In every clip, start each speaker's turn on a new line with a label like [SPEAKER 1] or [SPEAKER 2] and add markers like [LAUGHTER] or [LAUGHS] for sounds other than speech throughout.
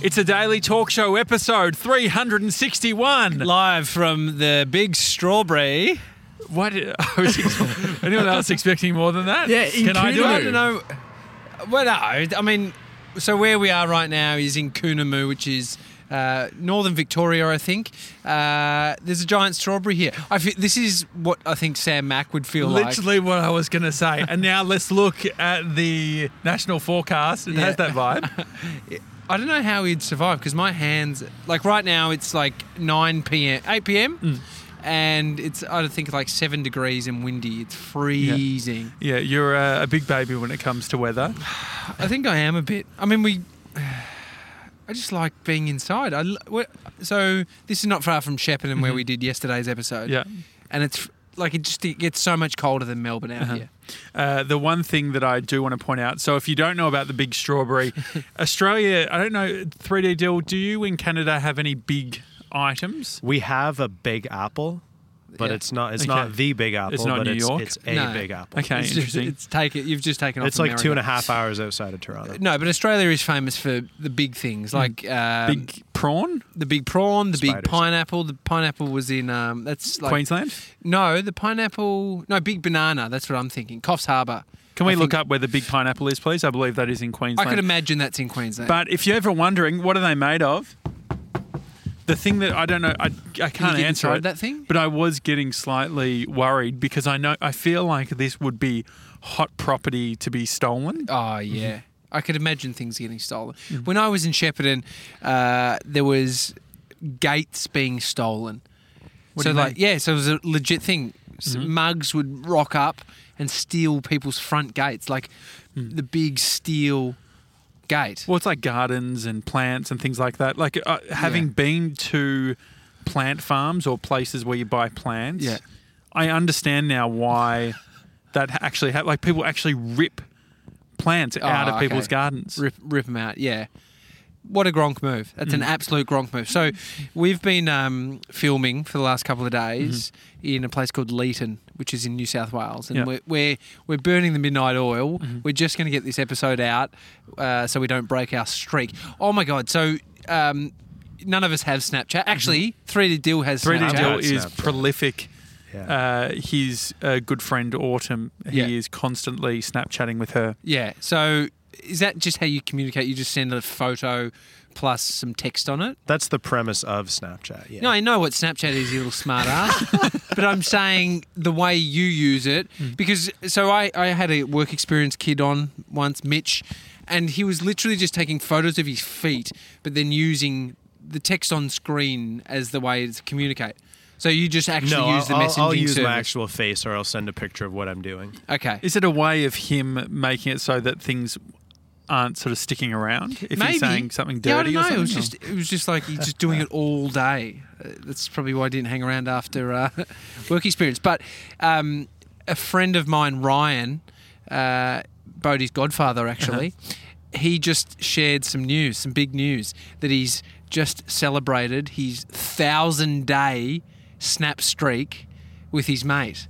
[SPEAKER 1] It's a daily talk show episode 361.
[SPEAKER 2] Live from the big strawberry.
[SPEAKER 1] Why did [LAUGHS] I was ex- anyone else expecting more than that?
[SPEAKER 2] Yeah,
[SPEAKER 1] can I do
[SPEAKER 2] I don't
[SPEAKER 1] it?
[SPEAKER 2] know. Well, no, I mean, so where we are right now is in Coonamoo, which is uh, northern Victoria, I think. Uh, there's a giant strawberry here. I feel, this is what I think Sam Mack would feel like.
[SPEAKER 1] Literally what I was going to say. And now let's look at the national forecast. It has
[SPEAKER 2] Yeah.
[SPEAKER 1] that vibe.
[SPEAKER 2] I don't know how he'd survive because my hands, like right now, it's like 9 p.m., 8 p.m., and it's, I think, like seven degrees and windy. It's freezing.
[SPEAKER 1] [LAUGHS] Yeah, you're a, a big baby when it comes to weather.
[SPEAKER 2] I think I am a bit. I mean, we. [SIGHS] I just like being inside. I l- we- so this is not far from Shepparton where we did yesterday's episode.
[SPEAKER 1] Mm-hmm. Yeah.
[SPEAKER 2] and it's like it just it gets so much colder than Melbourne out here.
[SPEAKER 1] Uh, the one thing that I do want to point out so, if you don't know about the big [LAUGHS] strawberry, Australia, I don't know, 3D Dill, do you in Canada have any big items?
[SPEAKER 3] We have a big apple, but
[SPEAKER 2] Yeah.
[SPEAKER 3] it's not it's
[SPEAKER 1] Okay.
[SPEAKER 3] not the big apple,
[SPEAKER 1] It's not
[SPEAKER 3] but
[SPEAKER 1] New
[SPEAKER 3] it's,
[SPEAKER 1] York?
[SPEAKER 3] it's a
[SPEAKER 2] No.
[SPEAKER 3] big apple.
[SPEAKER 1] Okay,
[SPEAKER 2] it's just,
[SPEAKER 1] interesting.
[SPEAKER 2] it's take it. You've just taken off.
[SPEAKER 3] It's like two and a
[SPEAKER 2] America. Uh,
[SPEAKER 3] half hours outside of Toronto.
[SPEAKER 2] No, but Australia is famous for the big things like um,
[SPEAKER 1] Mm. big prawn?
[SPEAKER 2] the big prawn, the big
[SPEAKER 3] Spiders.
[SPEAKER 2] pineapple. The pineapple was in um, that's like
[SPEAKER 1] Queensland?
[SPEAKER 2] No, the pineapple. No, big banana. That's what I'm thinking. Coffs Harbour.
[SPEAKER 1] Can we
[SPEAKER 2] I
[SPEAKER 1] look
[SPEAKER 2] think-
[SPEAKER 1] up where the big pineapple is, please? I believe that is in
[SPEAKER 2] I
[SPEAKER 1] Queensland.
[SPEAKER 2] could imagine that's in Queensland.
[SPEAKER 1] But if you're ever wondering, what are they made of? The thing that I don't know, I, I can't
[SPEAKER 2] get
[SPEAKER 1] answer
[SPEAKER 2] inside
[SPEAKER 1] it,
[SPEAKER 2] that thing?
[SPEAKER 1] But I was getting slightly worried because I know I feel like this would be hot property to be stolen.
[SPEAKER 2] Oh yeah,
[SPEAKER 1] Mm-hmm.
[SPEAKER 2] I could imagine things getting stolen.
[SPEAKER 1] Mm.
[SPEAKER 2] When I was in Shepparton, uh, there was gates being stolen.
[SPEAKER 1] What do
[SPEAKER 2] so
[SPEAKER 1] you Mm-hmm.
[SPEAKER 2] like, yeah, so it was a legit thing. S Mugs would rock up and steal people's front gates, like
[SPEAKER 1] Hmm.
[SPEAKER 2] the big steel gate.
[SPEAKER 1] Well, it's like gardens and plants and things like that. Like uh, having
[SPEAKER 2] Yeah.
[SPEAKER 1] been to plant farms or places where you buy plants,
[SPEAKER 2] Yeah.
[SPEAKER 1] I understand now why that actually ha- like people actually rip plants out of
[SPEAKER 2] Ah, okay.
[SPEAKER 1] people's gardens.
[SPEAKER 2] Rip, rip 'em out. Yeah. What a Gronk move. That's
[SPEAKER 1] Mm.
[SPEAKER 2] an absolute Gronk move. So we've been um, filming for the last couple of days in a place called Leeton, which is in New South Wales. And
[SPEAKER 1] Mm-hmm. Yeah. Mm-hmm.
[SPEAKER 2] we're, we're, we're burning the midnight oil. We're just going to get this episode out uh, so we don't break our streak. Oh, my God. So um, none of us have Snapchat. Actually,
[SPEAKER 1] Mm-hmm.
[SPEAKER 2] 3D Deal has
[SPEAKER 1] 3D
[SPEAKER 2] Snapchat.
[SPEAKER 3] Snapchat.
[SPEAKER 1] Dill is
[SPEAKER 3] Snapchat.
[SPEAKER 1] prolific.
[SPEAKER 3] Yeah.
[SPEAKER 1] Uh, his uh, good friend Autumn, he
[SPEAKER 2] Yeah.
[SPEAKER 1] is constantly Snapchatting with her.
[SPEAKER 2] Yeah. So is that just how you communicate? You just send a photo plus some text on it?
[SPEAKER 3] That's the premise of Snapchat. Yeah.
[SPEAKER 2] No, I know what Snapchat is, you little smart ass.
[SPEAKER 3] [LAUGHS]
[SPEAKER 2] but I'm saying the way you use it,
[SPEAKER 3] Hmm.
[SPEAKER 2] because so I, I had a work experience kid on once, Mitch, and he was literally just taking photos of his feet, but then using the text on screen as the way to communicate. So you just actually
[SPEAKER 3] No,
[SPEAKER 2] use the
[SPEAKER 3] I'll,
[SPEAKER 2] messaging
[SPEAKER 3] I'll use
[SPEAKER 2] service.
[SPEAKER 3] my actual face, or I'll send a picture of what I'm doing.
[SPEAKER 2] okay.
[SPEAKER 1] Is it a way of him making it so that things aren't sort of sticking around? If
[SPEAKER 2] Maybe
[SPEAKER 1] he's saying something
[SPEAKER 2] yeah, I
[SPEAKER 1] dirty
[SPEAKER 2] don't know.
[SPEAKER 1] or something?
[SPEAKER 2] It was
[SPEAKER 1] or-
[SPEAKER 2] just it was just like he's just doing it all day. Uh, That's probably why I didn't hang around after uh, [LAUGHS] work experience. But um, a friend of mine, Ryan, uh, Bodie's godfather,
[SPEAKER 1] Uh-huh.
[SPEAKER 2] actually, he just shared some news, some big news that he's just celebrated his thousand day snap streak with his mate.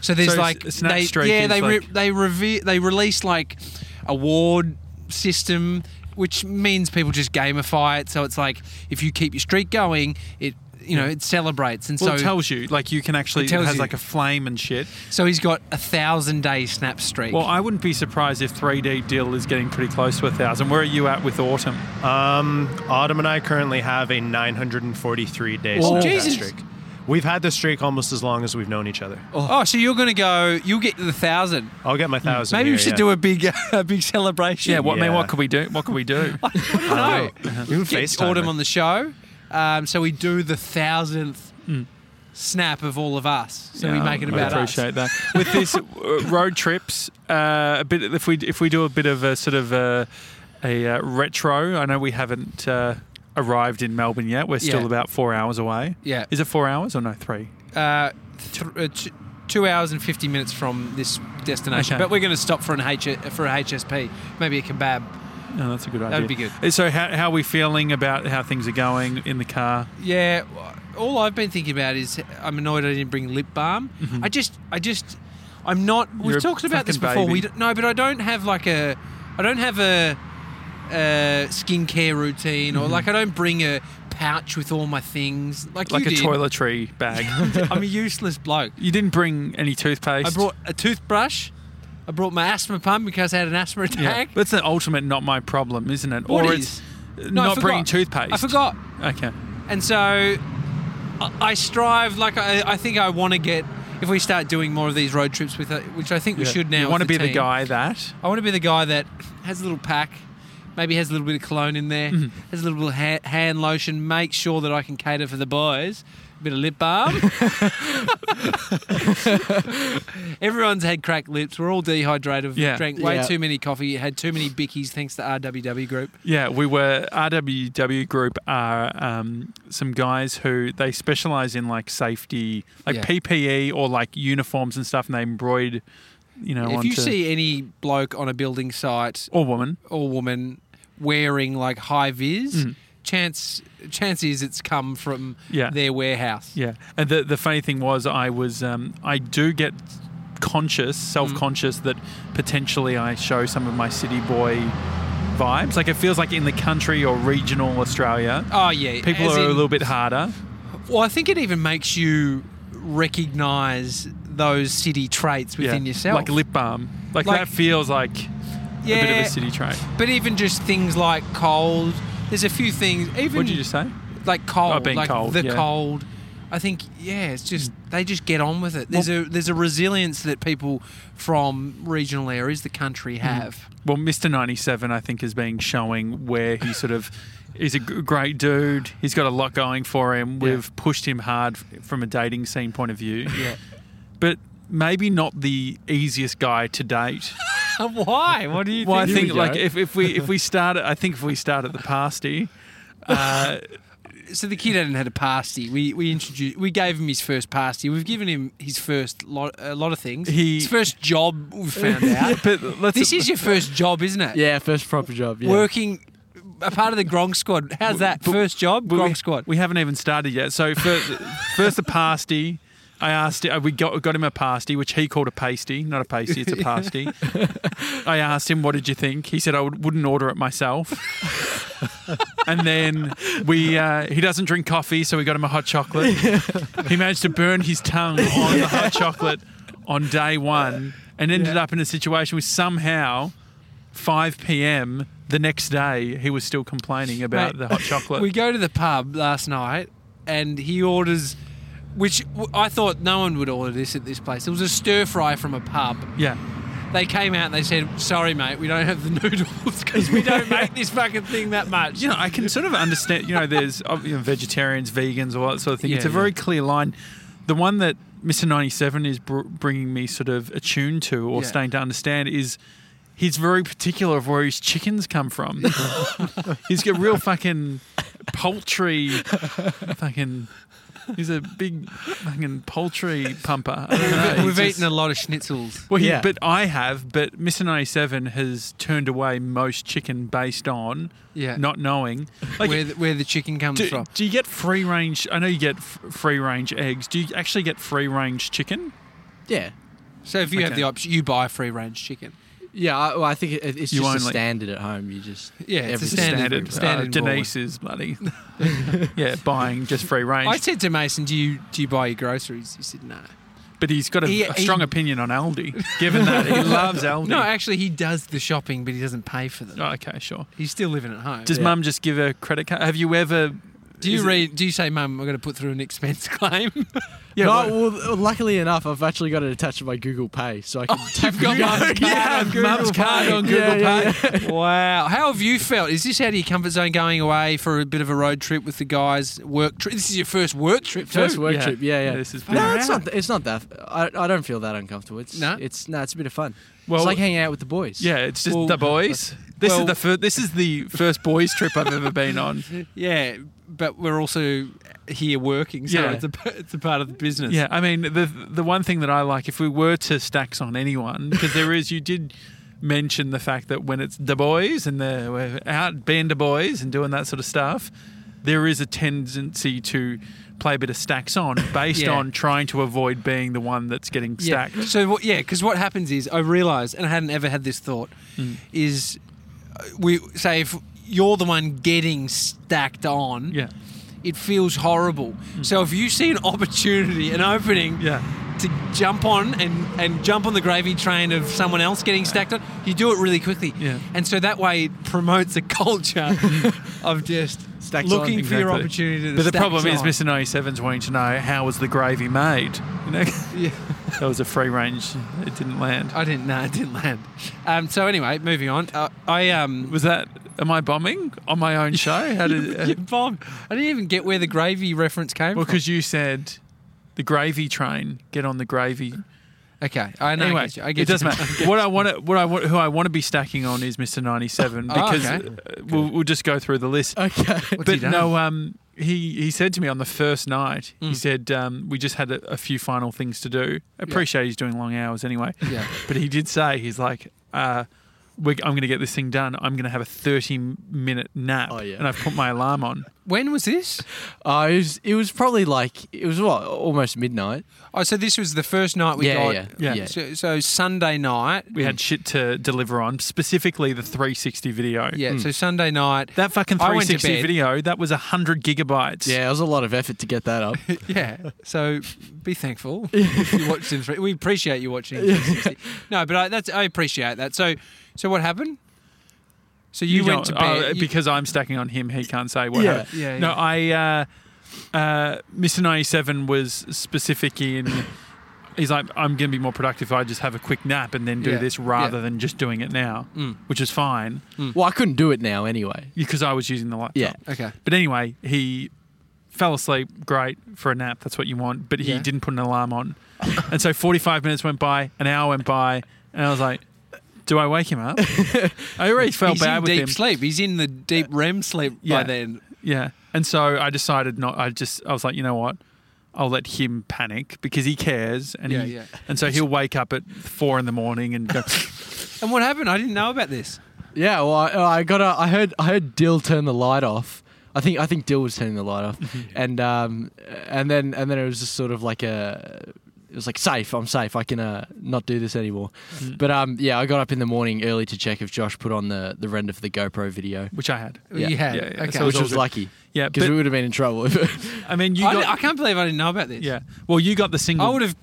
[SPEAKER 2] So there's
[SPEAKER 1] So
[SPEAKER 2] like
[SPEAKER 1] s- snap
[SPEAKER 2] they,
[SPEAKER 1] streak
[SPEAKER 2] yeah
[SPEAKER 1] is
[SPEAKER 2] they re-
[SPEAKER 1] like-
[SPEAKER 2] they reve- they release like award system which means people just gamify it so it's like if you keep your streak going it you know it celebrates and
[SPEAKER 1] well, it
[SPEAKER 2] so
[SPEAKER 1] tells you like you can actually it,
[SPEAKER 2] tells
[SPEAKER 1] has
[SPEAKER 2] you.
[SPEAKER 1] like a flame and shit.
[SPEAKER 2] so he's got a thousand day snap streak
[SPEAKER 1] Well, I wouldn't be surprised if 3D Dill is getting pretty close to a thousand. Where are you at with Autumn?
[SPEAKER 2] Mm.
[SPEAKER 3] Autumn and I currently have a 943 day
[SPEAKER 2] Oh,
[SPEAKER 3] Snapchat
[SPEAKER 2] Jesus.
[SPEAKER 3] streak. We've had this streak almost as long as we've known each other.
[SPEAKER 2] oh. so you're gonna go you'll get to the thousand
[SPEAKER 3] I'll get my thousand.
[SPEAKER 2] Hmm. maybe
[SPEAKER 3] here,
[SPEAKER 2] we should
[SPEAKER 3] yeah.
[SPEAKER 2] do a big [LAUGHS] a big celebration
[SPEAKER 1] Yeah, what man?
[SPEAKER 3] Yeah.
[SPEAKER 1] What could we do? What could we
[SPEAKER 2] [LAUGHS]
[SPEAKER 1] do?
[SPEAKER 2] no
[SPEAKER 3] We would
[SPEAKER 2] get
[SPEAKER 3] Uh-huh. FaceTime
[SPEAKER 2] autumn
[SPEAKER 3] her.
[SPEAKER 2] on the show um, so we do the thousandth snap of all of us so we
[SPEAKER 1] Yeah,
[SPEAKER 2] make it
[SPEAKER 1] I
[SPEAKER 2] about us
[SPEAKER 1] Um, appreciate that. With this uh, road trips, uh, a bit if we if we do a bit of a sort of a, a uh, retro. I know we haven't uh, arrived in Melbourne yet. We're still
[SPEAKER 2] Yeah.
[SPEAKER 1] about four hours away.
[SPEAKER 2] Yeah.
[SPEAKER 1] is it four hours or no three?
[SPEAKER 2] uh, th- uh, t- two hours and 50 minutes from this destination.
[SPEAKER 1] Okay.
[SPEAKER 2] But we're going to stop for an H- for a HSP, maybe a kebab.
[SPEAKER 1] No, that's a good idea.
[SPEAKER 2] That would be
[SPEAKER 1] good. So how how are we feeling about how things are going in the car?
[SPEAKER 2] Yeah, w- all I've been thinking about is I'm annoyed I didn't bring lip balm. I just, I just, I'm not.
[SPEAKER 1] Mm-hmm. You're
[SPEAKER 2] we've
[SPEAKER 1] a
[SPEAKER 2] talked about this
[SPEAKER 1] fucking
[SPEAKER 2] before. We
[SPEAKER 1] baby.
[SPEAKER 2] don't, no, but I don't have like a, I don't have a, uh, skincare routine,
[SPEAKER 1] Mm-hmm.
[SPEAKER 2] or like I don't bring a pouch with all my things, like
[SPEAKER 1] like
[SPEAKER 2] you
[SPEAKER 1] a
[SPEAKER 2] did.
[SPEAKER 1] toiletry
[SPEAKER 2] [LAUGHS]
[SPEAKER 1] bag.
[SPEAKER 2] I'm a useless bloke.
[SPEAKER 1] you didn't bring any toothpaste.
[SPEAKER 2] I brought a toothbrush. I brought my asthma pump because I had an asthma
[SPEAKER 1] yeah.
[SPEAKER 2] attack.
[SPEAKER 1] But it's the ultimate not my problem, isn't it?
[SPEAKER 2] What
[SPEAKER 1] or
[SPEAKER 2] is?
[SPEAKER 1] it's uh,
[SPEAKER 2] No, I
[SPEAKER 1] not
[SPEAKER 2] forgot.
[SPEAKER 1] bringing toothpaste.
[SPEAKER 2] I forgot.
[SPEAKER 1] Okay.
[SPEAKER 2] And so I I strive, like, I, I think I want to get, if we start doing more of these road trips with it, which I think we should now.
[SPEAKER 1] You want to
[SPEAKER 2] as the
[SPEAKER 1] be the
[SPEAKER 2] team.
[SPEAKER 1] guy that
[SPEAKER 2] I want to be the guy that has a little pack, maybe has a little bit of cologne in there,
[SPEAKER 1] Mm-hmm.
[SPEAKER 2] has a little bit of ha- hand lotion, make sure that I can cater for the boys. A bit of lip balm. [LAUGHS] Everyone's had cracked lips. We're all dehydrated. We've
[SPEAKER 1] Yeah.
[SPEAKER 2] drank way
[SPEAKER 4] Yeah.
[SPEAKER 2] too many coffee, had too many bickies thanks to RWW Group.
[SPEAKER 1] Yeah, we were RWW Group are um, some guys who they specialize in like safety, like
[SPEAKER 2] Yeah.
[SPEAKER 1] PPE or like uniforms and stuff, and they embroid, you know,
[SPEAKER 2] if
[SPEAKER 1] onto
[SPEAKER 2] you see any bloke on a building site
[SPEAKER 1] or woman.
[SPEAKER 2] or woman wearing like high vis, chance chance is it's come from
[SPEAKER 1] Mm. Yeah.
[SPEAKER 2] their warehouse.
[SPEAKER 1] Yeah, and the the funny thing was, I was um, I do get conscious,
[SPEAKER 2] Mm.
[SPEAKER 1] self conscious that potentially I show some of my city boy vibes. Like it feels like in the country or regional Australia,
[SPEAKER 2] Oh yeah,
[SPEAKER 1] people
[SPEAKER 2] as
[SPEAKER 1] are a
[SPEAKER 2] in-
[SPEAKER 1] little bit harder.
[SPEAKER 2] Well, I think it even makes you recognize those city traits within
[SPEAKER 1] yeah.
[SPEAKER 2] yourself.
[SPEAKER 1] like lip balm, like,
[SPEAKER 2] Like-
[SPEAKER 1] that feels like a bit of a
[SPEAKER 2] Yeah.
[SPEAKER 1] city trait.
[SPEAKER 2] but even just things like cold. There's a few things. Even
[SPEAKER 1] What did you just say?
[SPEAKER 2] like cold,
[SPEAKER 1] Oh, being
[SPEAKER 2] like
[SPEAKER 1] cold,
[SPEAKER 2] the
[SPEAKER 1] yeah. Hmm.
[SPEAKER 2] cold. I think yeah, it's just they just get on with it. There's a there's a resilience that people from regional areas, the country,
[SPEAKER 1] Hmm.
[SPEAKER 2] have.
[SPEAKER 1] [LAUGHS] Well, Mr. 97, I think, is being showing where he sort of is a g- great dude. He's got a lot going for him. We've pushed him hard f- from a dating scene point of view.
[SPEAKER 2] Yeah.
[SPEAKER 1] But maybe not the easiest guy to date. [LAUGHS]
[SPEAKER 2] Why? What do you
[SPEAKER 1] Well, I
[SPEAKER 4] Here
[SPEAKER 1] think
[SPEAKER 4] we
[SPEAKER 1] like
[SPEAKER 4] go.
[SPEAKER 1] if, if we if we start at, I think if we start at the pasty,
[SPEAKER 2] so the kid hadn't had a pasty. We we introduced we gave him his first pasty. We've given him his first lot a lot of things.
[SPEAKER 1] He-
[SPEAKER 2] his first job
[SPEAKER 1] [LAUGHS]
[SPEAKER 2] we found out.
[SPEAKER 1] but let's [LAUGHS]
[SPEAKER 2] this is your first job, isn't it?
[SPEAKER 4] Yeah, first proper job. Yeah.
[SPEAKER 2] Working a part of the Gronk squad. How's that? First job,
[SPEAKER 1] But
[SPEAKER 2] Gronk
[SPEAKER 1] we,
[SPEAKER 2] squad.
[SPEAKER 1] We haven't even started yet. So for, [LAUGHS] first the pasty. I asked uh, we got got him a pasty, which he called a pasty, not a pasty,
[SPEAKER 2] [LAUGHS]
[SPEAKER 1] it's a pasty. I asked him, "What did you think?" He said, "I would, wouldn't order it
[SPEAKER 2] [LAUGHS]
[SPEAKER 1] myself." and then we uh, he doesn't drink coffee, so we got him a hot
[SPEAKER 2] [LAUGHS]
[SPEAKER 1] chocolate. he managed to burn his tongue on the hot chocolate on day one, and ended up in a situation where somehow 5 p.m. the next day he was still complaining about
[SPEAKER 2] Mate,
[SPEAKER 1] the hot chocolate.
[SPEAKER 2] We go to the pub last night, and he orders, which w- I thought no one would order this at this place. It was a stir fry from a pub.
[SPEAKER 1] Yeah.
[SPEAKER 2] They came out and they said, "Sorry, mate, we don't have the [LAUGHS] noodles because we don't make this fucking thing that much."
[SPEAKER 1] You know, I can sort of understand, you know, there's uh, you know, vegetarians, vegans, all that sort of thing. it's a
[SPEAKER 2] Yeah,
[SPEAKER 1] very
[SPEAKER 2] yeah.
[SPEAKER 1] clear line. The one that Mr. 97 is br- bringing me sort of attuned to or
[SPEAKER 2] Yeah.
[SPEAKER 1] starting to understand is he's very particular of where his chickens come
[SPEAKER 2] [LAUGHS]
[SPEAKER 1] from. he's got real fucking poultry, fucking. He's a big fucking poultry pumper. I don't know,
[SPEAKER 2] We've
[SPEAKER 1] he's just-
[SPEAKER 2] eaten a lot of schnitzels.
[SPEAKER 1] Well, he,
[SPEAKER 4] Yeah.
[SPEAKER 1] but I have, but Mr. 97 has turned away most chicken based on
[SPEAKER 2] Yeah.
[SPEAKER 1] not
[SPEAKER 2] [LAUGHS]
[SPEAKER 1] knowing. Like,
[SPEAKER 2] where, the, where the chicken comes
[SPEAKER 1] do,
[SPEAKER 2] from.
[SPEAKER 1] do you get free range? I know you get f- free range eggs. Do you actually get free range chicken?
[SPEAKER 4] Yeah.
[SPEAKER 2] So if you have
[SPEAKER 1] Okay.
[SPEAKER 2] the option, you buy free range chicken.
[SPEAKER 4] Yeah. I, well, I think it, it's
[SPEAKER 1] You
[SPEAKER 4] just a
[SPEAKER 1] only-
[SPEAKER 4] standard at home. You just
[SPEAKER 2] Yeah, it's a
[SPEAKER 4] everything.
[SPEAKER 2] Standard-
[SPEAKER 1] Uh,
[SPEAKER 2] standard
[SPEAKER 1] Denise is
[SPEAKER 2] [LAUGHS]
[SPEAKER 1] bloody. yeah, buying just free
[SPEAKER 2] I
[SPEAKER 1] range.
[SPEAKER 2] said to Mason, "Do you do you buy your groceries?" He said, "No."
[SPEAKER 1] but he's got a,
[SPEAKER 2] He-
[SPEAKER 1] a
[SPEAKER 2] he-
[SPEAKER 1] strong opinion on Aldi, given that
[SPEAKER 2] [LAUGHS]
[SPEAKER 1] Oh, he loves Aldi.
[SPEAKER 2] No, actually, he does the shopping, but he doesn't pay for them.
[SPEAKER 1] Oh, okay, sure.
[SPEAKER 2] He's still living at home.
[SPEAKER 1] Does
[SPEAKER 4] Yeah.
[SPEAKER 1] mum just give a credit card? Have you ever.
[SPEAKER 2] do you
[SPEAKER 1] is it-
[SPEAKER 2] read? Do you say, "Mum, we're going to put through an expense [LAUGHS] claim"?
[SPEAKER 1] Yeah,
[SPEAKER 4] no,
[SPEAKER 1] what-
[SPEAKER 4] well, luckily enough, I've actually got it attached to my Google
[SPEAKER 2] [LAUGHS]
[SPEAKER 4] Pay, so I can tap
[SPEAKER 2] Oh, You've got
[SPEAKER 4] Google-
[SPEAKER 2] Mum's card
[SPEAKER 1] yeah,
[SPEAKER 2] on Google
[SPEAKER 1] Mum's card
[SPEAKER 2] Pay.
[SPEAKER 1] on Google
[SPEAKER 4] Yeah,
[SPEAKER 2] wow. How have you felt? Is this out of your comfort zone going away for a bit of a road trip with the guys? Work trip. This is your first work trip, too.
[SPEAKER 4] First work
[SPEAKER 1] Yeah.
[SPEAKER 4] trip, yeah, yeah.
[SPEAKER 1] This is
[SPEAKER 4] no,
[SPEAKER 1] fun.
[SPEAKER 4] it's not. It's not that. I, I don't feel that uncomfortable. It's
[SPEAKER 2] No?
[SPEAKER 4] it's no, it's a bit of fun.
[SPEAKER 1] Well-
[SPEAKER 4] it's like hanging out with the boys.
[SPEAKER 1] Yeah, it's just
[SPEAKER 2] Well,
[SPEAKER 1] the boys. This
[SPEAKER 2] well-
[SPEAKER 1] is the fir- this is the first boys trip I've ever been
[SPEAKER 2] [LAUGHS]
[SPEAKER 1] on.
[SPEAKER 2] Yeah, but we're also here working, so
[SPEAKER 1] Yeah.
[SPEAKER 2] it's a it's a part of the business.
[SPEAKER 1] Yeah, I mean the the one thing that I like, if we were to stacks on anyone, because there is, you did mention the fact that when it's the boys and they're we're out being the boys and doing that sort of stuff, there is a tendency to play a bit of stacks on based
[SPEAKER 2] Yeah.
[SPEAKER 1] on trying to avoid being the one that's getting
[SPEAKER 2] Yeah.
[SPEAKER 1] stacked.
[SPEAKER 2] Mm. So what, yeah, because what happens is I realise, and I hadn't ever had this thought, is we say if you're the one getting stacked on,
[SPEAKER 1] Yeah.
[SPEAKER 2] it feels horrible. So if you see an opportunity, an opening,
[SPEAKER 1] Hmm. Yeah.
[SPEAKER 2] to jump on and, and jump on the gravy train of someone else getting stacked on, you do it really quickly.
[SPEAKER 1] Yeah.
[SPEAKER 2] And so that way it promotes
[SPEAKER 1] [LAUGHS]
[SPEAKER 2] a culture of just
[SPEAKER 4] Stacks on,
[SPEAKER 2] looking for your
[SPEAKER 1] exactly.
[SPEAKER 2] opportunity to
[SPEAKER 1] But the
[SPEAKER 2] stack
[SPEAKER 1] problem is,
[SPEAKER 2] on.
[SPEAKER 1] Mr. 97's wanting to know how was the gravy made. You know,
[SPEAKER 2] [LAUGHS] Yeah.
[SPEAKER 1] that was a free range. It didn't land.
[SPEAKER 2] I didn't. Nah, it didn't land. Um, so anyway, moving on. Uh, I um.
[SPEAKER 1] Was that? Am I bombing on my own
[SPEAKER 2] [LAUGHS]
[SPEAKER 1] show? How did? uh,
[SPEAKER 2] you bombed. I didn't even get where the gravy reference came
[SPEAKER 1] well,
[SPEAKER 2] from.
[SPEAKER 1] because you said the gravy train. Get on the gravy.
[SPEAKER 2] Okay, I know. I
[SPEAKER 1] Anyway,
[SPEAKER 2] get you. [LAUGHS] I get
[SPEAKER 1] it doesn't
[SPEAKER 2] you.
[SPEAKER 1] matter. what I want, to, what I want, who I want to be stacking on is Mr. 97
[SPEAKER 2] Oh,
[SPEAKER 1] because
[SPEAKER 2] okay.
[SPEAKER 1] uh, we'll, we'll just go through the list.
[SPEAKER 4] Okay.
[SPEAKER 2] What's he
[SPEAKER 1] but
[SPEAKER 2] done? Hmm.
[SPEAKER 1] no, um, he he said to me on the first night, he said um, we just had a, a few final things to do. I appreciate he's doing long hours anyway.
[SPEAKER 2] Yeah.
[SPEAKER 1] But he did say he's like, uh, we I'm going to get this thing done. I'm going to have a 30 minute nap,
[SPEAKER 4] Oh, yeah.
[SPEAKER 1] and I've put my alarm on.
[SPEAKER 2] When was this?
[SPEAKER 4] Uh, it, was, it was probably like, it was what, almost midnight?
[SPEAKER 2] Oh, so this was the first night we
[SPEAKER 4] yeah,
[SPEAKER 2] got.
[SPEAKER 4] yeah,
[SPEAKER 1] Yeah.
[SPEAKER 4] yeah,
[SPEAKER 2] So, so Sunday night.
[SPEAKER 1] We had shit to deliver on, specifically the 360 video.
[SPEAKER 2] Yeah. So Sunday night.
[SPEAKER 1] Mm. That fucking
[SPEAKER 2] I went to
[SPEAKER 1] 360
[SPEAKER 2] bed.
[SPEAKER 1] video, that was 100 gigabytes.
[SPEAKER 4] Yeah, it was a lot of effort to get that up.
[SPEAKER 2] yeah. So be thankful [LAUGHS] if you watched in three. We appreciate you watching. in
[SPEAKER 1] [LAUGHS]
[SPEAKER 2] 360. No, but I, that's I appreciate that. So, so what happened? So you, went to
[SPEAKER 1] don't-
[SPEAKER 2] bed
[SPEAKER 1] oh,
[SPEAKER 2] you-
[SPEAKER 1] because I'm stacking on him. He can't say what.
[SPEAKER 4] Yeah.
[SPEAKER 1] happened.
[SPEAKER 2] Yeah,
[SPEAKER 1] No, I. Uh, uh, Mr. 97 was specific in. He's like, I'm going to be more productive if I just have a quick nap and then do
[SPEAKER 2] Yeah.
[SPEAKER 1] this rather
[SPEAKER 2] Yeah.
[SPEAKER 1] than just doing it now,
[SPEAKER 2] Mm.
[SPEAKER 1] which is fine
[SPEAKER 4] well, I couldn't do it now anyway.
[SPEAKER 1] because I was using the laptop.
[SPEAKER 4] Yeah.
[SPEAKER 2] Okay.
[SPEAKER 1] But anyway, he fell asleep. Great for a nap. That's what you want. But he
[SPEAKER 2] Yeah.
[SPEAKER 1] didn't put an alarm on. and so 45 minutes went by, an hour went by, and I was like, do I wake him up? I already felt
[SPEAKER 2] He's
[SPEAKER 1] bad
[SPEAKER 2] in
[SPEAKER 1] with
[SPEAKER 2] deep
[SPEAKER 1] him.
[SPEAKER 2] sleep. He's in the deep REM sleep
[SPEAKER 1] Yeah.
[SPEAKER 2] by then.
[SPEAKER 1] Yeah. And so I decided not. I just I was like, you know what? I'll let him panic because he cares, and
[SPEAKER 2] Yeah,
[SPEAKER 1] he,
[SPEAKER 2] yeah.
[SPEAKER 1] and so he'll wake up at four in the morning and
[SPEAKER 2] [LAUGHS]
[SPEAKER 1] go,
[SPEAKER 2] And what happened? I didn't know about this.
[SPEAKER 4] Yeah, well, I, I got a, I heard I heard Dill turn the light off. I think I think Dill was turning the light off, and um, and then and then it was just sort of like a, it was like safe. I'm safe. I can uh, not do this anymore. But um, yeah, I got up in the morning early to check if Josh put on the the render for the GoPro video,
[SPEAKER 1] which I had.
[SPEAKER 4] Yeah.
[SPEAKER 2] You had.
[SPEAKER 1] Yeah, yeah.
[SPEAKER 2] Okay.
[SPEAKER 1] So it
[SPEAKER 4] which
[SPEAKER 1] all
[SPEAKER 4] was
[SPEAKER 1] good.
[SPEAKER 4] lucky.
[SPEAKER 1] Yeah,
[SPEAKER 4] because
[SPEAKER 1] but-
[SPEAKER 4] we would have been in trouble. [LAUGHS] if-
[SPEAKER 1] I mean, you
[SPEAKER 2] I,
[SPEAKER 1] got
[SPEAKER 2] di- I can't believe I didn't know about this.
[SPEAKER 1] yeah. Well, you got the single.
[SPEAKER 2] I
[SPEAKER 1] [LAUGHS]
[SPEAKER 2] would have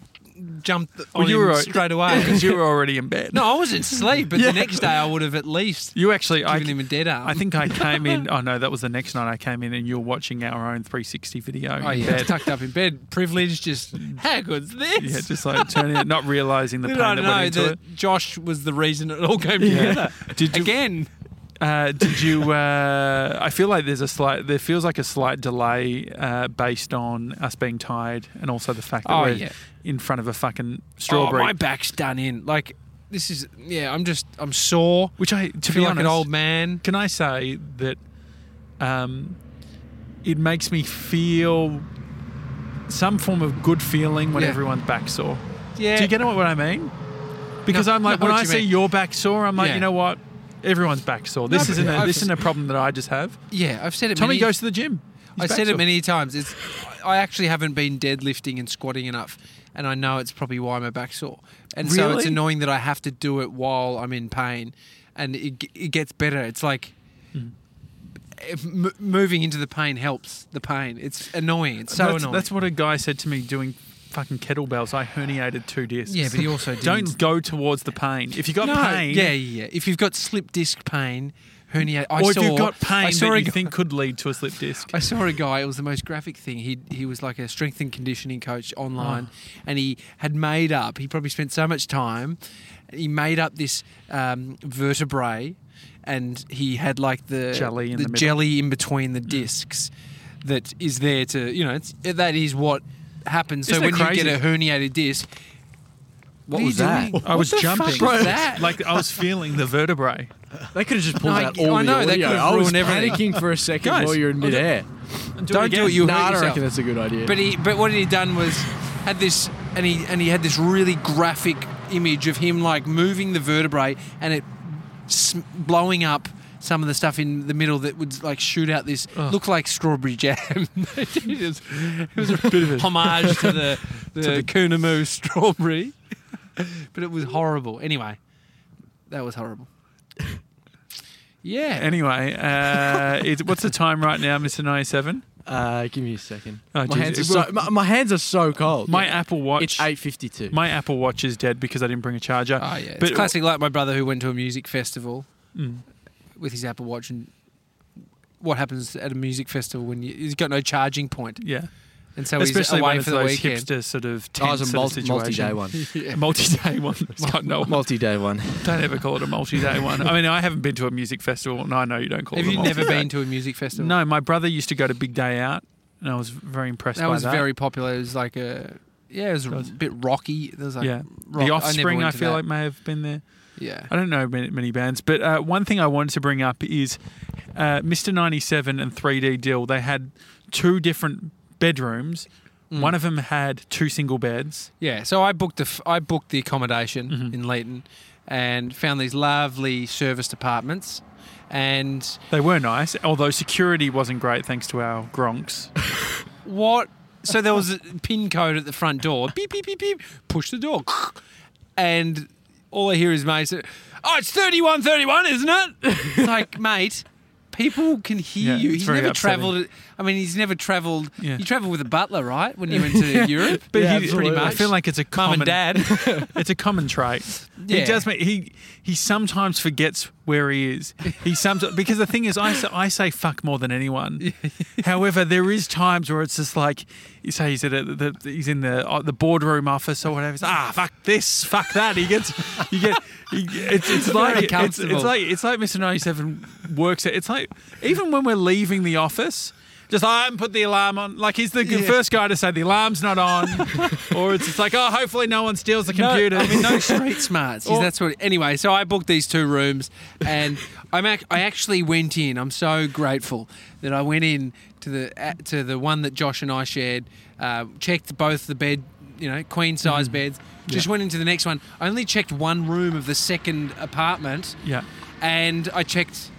[SPEAKER 2] jumped on
[SPEAKER 1] Well, you
[SPEAKER 2] him
[SPEAKER 1] were al-
[SPEAKER 2] straight
[SPEAKER 1] [LAUGHS]
[SPEAKER 2] away.
[SPEAKER 1] because you were already in bed.
[SPEAKER 2] no, I was in sleep, but the next day I would have at least
[SPEAKER 1] you actually. I,
[SPEAKER 2] given him a dead arm.
[SPEAKER 1] I think I came
[SPEAKER 2] [LAUGHS]
[SPEAKER 1] in. Oh no, that was the next night. I came in and you're watching our own 360 video.
[SPEAKER 2] Oh
[SPEAKER 1] in
[SPEAKER 2] yeah, [LAUGHS]
[SPEAKER 1] bed.
[SPEAKER 2] tucked up in bed, privilege. Just [LAUGHS] how good's this?
[SPEAKER 1] yeah, just like turning it, not realizing the
[SPEAKER 2] Little
[SPEAKER 1] pain
[SPEAKER 2] did I
[SPEAKER 1] that went
[SPEAKER 2] know
[SPEAKER 1] into
[SPEAKER 2] that
[SPEAKER 1] it.
[SPEAKER 2] Josh was the reason it all
[SPEAKER 1] [LAUGHS]
[SPEAKER 2] came [LAUGHS] together.
[SPEAKER 1] Did you-
[SPEAKER 2] Again,
[SPEAKER 1] Uh, did you? Uh, I feel like there's a slight. There feels like a slight delay uh, based on us being tired and also the fact that
[SPEAKER 2] Oh,
[SPEAKER 1] we're
[SPEAKER 2] yeah.
[SPEAKER 1] in front of a fucking
[SPEAKER 2] oh,
[SPEAKER 1] strawberry.
[SPEAKER 2] my back's done in. Like this is yeah. I'm just I'm sore.
[SPEAKER 1] which I, to be
[SPEAKER 2] feel like
[SPEAKER 1] honest,
[SPEAKER 2] an old man.
[SPEAKER 1] can I say that um, it makes me feel some form of good feeling when
[SPEAKER 2] Yeah.
[SPEAKER 1] everyone's back sore.
[SPEAKER 2] Yeah.
[SPEAKER 1] Do you get what I mean? Because
[SPEAKER 2] No,
[SPEAKER 1] I'm like,
[SPEAKER 2] no,
[SPEAKER 1] when
[SPEAKER 2] what
[SPEAKER 1] I
[SPEAKER 2] do you
[SPEAKER 1] see
[SPEAKER 2] mean?
[SPEAKER 1] your back sore, I'm like,
[SPEAKER 2] Yeah.
[SPEAKER 1] you know what? Everyone's back sore. This
[SPEAKER 2] but
[SPEAKER 1] isn't a,
[SPEAKER 2] I've-
[SPEAKER 1] this isn't a problem that I just have.
[SPEAKER 2] yeah, I've said it.
[SPEAKER 1] Tommy
[SPEAKER 2] many,
[SPEAKER 1] goes to the gym. He's
[SPEAKER 2] I
[SPEAKER 1] back
[SPEAKER 2] said
[SPEAKER 1] sore.
[SPEAKER 2] it many times. It's I actually haven't been deadlifting and squatting enough, and I know it's probably why my back's sore. And so
[SPEAKER 1] Really?
[SPEAKER 2] it's annoying that I have to do it while I'm in pain, and it g- it gets better. It's like.
[SPEAKER 1] Hmm.
[SPEAKER 2] if m- moving into the pain helps the pain. It's annoying. It's so
[SPEAKER 1] that's,
[SPEAKER 2] annoying.
[SPEAKER 1] that's what a guy said to me doing fucking kettlebells. I herniated two discs.
[SPEAKER 2] yeah, but
[SPEAKER 1] [LAUGHS]
[SPEAKER 2] he also didn't.
[SPEAKER 1] don't go towards the pain. If you got
[SPEAKER 2] no,
[SPEAKER 1] pain,
[SPEAKER 2] Yeah, yeah. yeah. If you've got slip disc pain, hernia, I
[SPEAKER 1] or
[SPEAKER 2] saw.
[SPEAKER 1] if you've got
[SPEAKER 2] I
[SPEAKER 1] pain
[SPEAKER 2] saw
[SPEAKER 1] that
[SPEAKER 2] a
[SPEAKER 1] you
[SPEAKER 2] guy-
[SPEAKER 1] think could lead to a slip disc,
[SPEAKER 2] I saw a guy. It was the most graphic thing. He he was like a strength and conditioning coach online,
[SPEAKER 1] Oh.
[SPEAKER 2] and he had made up. He probably spent so much time. He made up this um, vertebrae, and he had like the
[SPEAKER 1] Jelly in the middle. Mm.
[SPEAKER 2] jelly in between the discs that is there to you know it's, that is what happens. so
[SPEAKER 1] Isn't
[SPEAKER 2] when
[SPEAKER 1] it
[SPEAKER 2] you get
[SPEAKER 1] crazy?
[SPEAKER 2] a herniated disc, what,
[SPEAKER 4] What
[SPEAKER 2] are you
[SPEAKER 4] was that?
[SPEAKER 2] doing?
[SPEAKER 1] I was
[SPEAKER 2] what the
[SPEAKER 1] jumping.
[SPEAKER 2] Fuck was that?
[SPEAKER 1] like I was feeling the vertebrae.
[SPEAKER 4] they could have just pulled
[SPEAKER 2] No, I-
[SPEAKER 4] out all
[SPEAKER 2] I know,
[SPEAKER 4] the
[SPEAKER 2] they
[SPEAKER 4] audio.
[SPEAKER 2] could've
[SPEAKER 4] I was
[SPEAKER 2] ruined everything.
[SPEAKER 4] panicking for a second
[SPEAKER 1] Guys,
[SPEAKER 4] while you're in
[SPEAKER 1] I'll do-
[SPEAKER 4] midair.
[SPEAKER 2] Don't [LAUGHS] do it,
[SPEAKER 1] again.
[SPEAKER 2] you
[SPEAKER 4] Nah,
[SPEAKER 2] hurt
[SPEAKER 4] I don't
[SPEAKER 2] yourself.
[SPEAKER 4] reckon that's a good idea.
[SPEAKER 2] But he, but what he had done was had this, and he and he had this really graphic image of him like moving the vertebrae and it sm- blowing up some of the stuff in the middle that would like shoot out this look like strawberry jam. [LAUGHS] it was, it was a bit of a homage [LAUGHS] to the the,
[SPEAKER 1] the-
[SPEAKER 2] Coonamoo [LAUGHS] strawberry, but it was horrible. Anyway, that was horrible. Yeah.
[SPEAKER 1] [LAUGHS] Anyway, uh, it's, what's the time right now, Mister Ninety Seven?
[SPEAKER 4] Uh, give me a second.
[SPEAKER 1] Oh,
[SPEAKER 4] my,
[SPEAKER 1] geez.
[SPEAKER 4] hands
[SPEAKER 1] It
[SPEAKER 4] are so,
[SPEAKER 1] will-
[SPEAKER 4] my, my hands are so cold.
[SPEAKER 1] My
[SPEAKER 4] Yeah.
[SPEAKER 1] Apple Watch.
[SPEAKER 4] It's eight fifty-two.
[SPEAKER 1] My Apple Watch is dead because I didn't bring a charger.
[SPEAKER 2] Oh, yeah.
[SPEAKER 1] But- uh,
[SPEAKER 2] it's classic, like my brother who went to a music festival
[SPEAKER 1] Mm.
[SPEAKER 2] with his Apple Watch and. What happens at a music festival when you, he's got no charging point,
[SPEAKER 1] Yeah,
[SPEAKER 2] and so
[SPEAKER 1] especially
[SPEAKER 2] he's away
[SPEAKER 1] when it's
[SPEAKER 2] for the
[SPEAKER 1] those
[SPEAKER 2] weekend.
[SPEAKER 1] hipster sort of
[SPEAKER 4] I
[SPEAKER 1] tense
[SPEAKER 4] was Oh, a
[SPEAKER 1] sort of
[SPEAKER 4] multi,
[SPEAKER 1] situation.
[SPEAKER 4] multi-day one.
[SPEAKER 2] [LAUGHS]
[SPEAKER 1] [LAUGHS]
[SPEAKER 2] Yeah.
[SPEAKER 1] Multi-day one. It's got no [LAUGHS]
[SPEAKER 4] multi-day one.
[SPEAKER 1] Don't ever call it a multi-day one. I mean, I haven't been to a music festival, and I know you don't call
[SPEAKER 2] Have
[SPEAKER 1] it. a
[SPEAKER 2] you never
[SPEAKER 1] multi-day.
[SPEAKER 2] been to a music festival?
[SPEAKER 1] No, my brother used to go to Big Day Out, and I was very impressed
[SPEAKER 2] that
[SPEAKER 1] by
[SPEAKER 2] was
[SPEAKER 1] that.
[SPEAKER 2] very popular. It was like a yeah, it was a
[SPEAKER 1] That was-
[SPEAKER 2] bit rocky. There was like
[SPEAKER 1] yeah,
[SPEAKER 2] rock-
[SPEAKER 1] the
[SPEAKER 2] never
[SPEAKER 1] Offspring.
[SPEAKER 2] went
[SPEAKER 1] I,
[SPEAKER 2] to
[SPEAKER 1] feel
[SPEAKER 2] that.
[SPEAKER 1] like may have been there.
[SPEAKER 2] yeah,
[SPEAKER 1] I don't know many, many bands, but uh, one thing I wanted to bring up is uh, Mr. Ninety Seven and Three D Dill. They had two different bedrooms.
[SPEAKER 2] Mm.
[SPEAKER 1] One of them had two single beds.
[SPEAKER 2] yeah. So I booked the f- I booked the accommodation
[SPEAKER 1] Mhm.
[SPEAKER 2] in Leeton, and found these lovely serviced apartments, and
[SPEAKER 1] They were nice, although security wasn't great thanks to our gronks.
[SPEAKER 2] What? So there was a pin code at the front door. Beep beep beep beep. Push the door, and all I hear is mate. say, Oh, it's thirty-one, thirty-one, isn't it? It's like [LAUGHS] mate. People can hear
[SPEAKER 1] Yeah,
[SPEAKER 2] you.
[SPEAKER 1] it's
[SPEAKER 2] He's
[SPEAKER 1] very
[SPEAKER 2] never
[SPEAKER 1] upsetting.
[SPEAKER 2] travelled. I mean, he's never travelled.
[SPEAKER 1] Yeah.
[SPEAKER 2] You travelled with a butler, right? When you
[SPEAKER 1] [LAUGHS]
[SPEAKER 2] went to Europe,
[SPEAKER 1] But
[SPEAKER 4] Yeah,
[SPEAKER 1] he,
[SPEAKER 4] absolutely.
[SPEAKER 1] I feel like it's a
[SPEAKER 2] mum
[SPEAKER 1] common
[SPEAKER 2] and dad.
[SPEAKER 1] [LAUGHS]
[SPEAKER 2] [LAUGHS]
[SPEAKER 1] It's a common trait. He
[SPEAKER 2] Yeah.
[SPEAKER 1] does. Make, he he sometimes forgets where he is. He sometimes because the thing is, I say, I say fuck more than
[SPEAKER 2] [LAUGHS]
[SPEAKER 1] anyone. However, there is times where it's just like you say he's at a, the, he's in the uh, the boardroom office or whatever. It's, ah, fuck this, fuck that. He gets you get. he- It's, it's like it's,
[SPEAKER 2] uncomfortable.
[SPEAKER 1] it's like it's like Mr. Ninety Seven works. At, it's like even when we're leaving the office. Just I haven't put the alarm on. Like he's the
[SPEAKER 2] Yeah.
[SPEAKER 1] first guy to say the alarm's not
[SPEAKER 2] [LAUGHS]
[SPEAKER 1] on, or it's just like oh, hopefully no one steals the
[SPEAKER 2] No,
[SPEAKER 1] computer.
[SPEAKER 2] I mean, no street
[SPEAKER 1] [LAUGHS]
[SPEAKER 2] smarts. Yes,
[SPEAKER 1] Or-
[SPEAKER 2] that's what. Anyway, so I booked these two rooms, and I'm ac- I actually went in. I'm so grateful that I went in to the uh, to the one that Josh and I shared. Uh, checked both the bed, you know, queen size
[SPEAKER 1] Mm.
[SPEAKER 2] beds. Just went into the next one. I only checked one room of the second apartment,
[SPEAKER 1] Yeah.
[SPEAKER 2] and I checked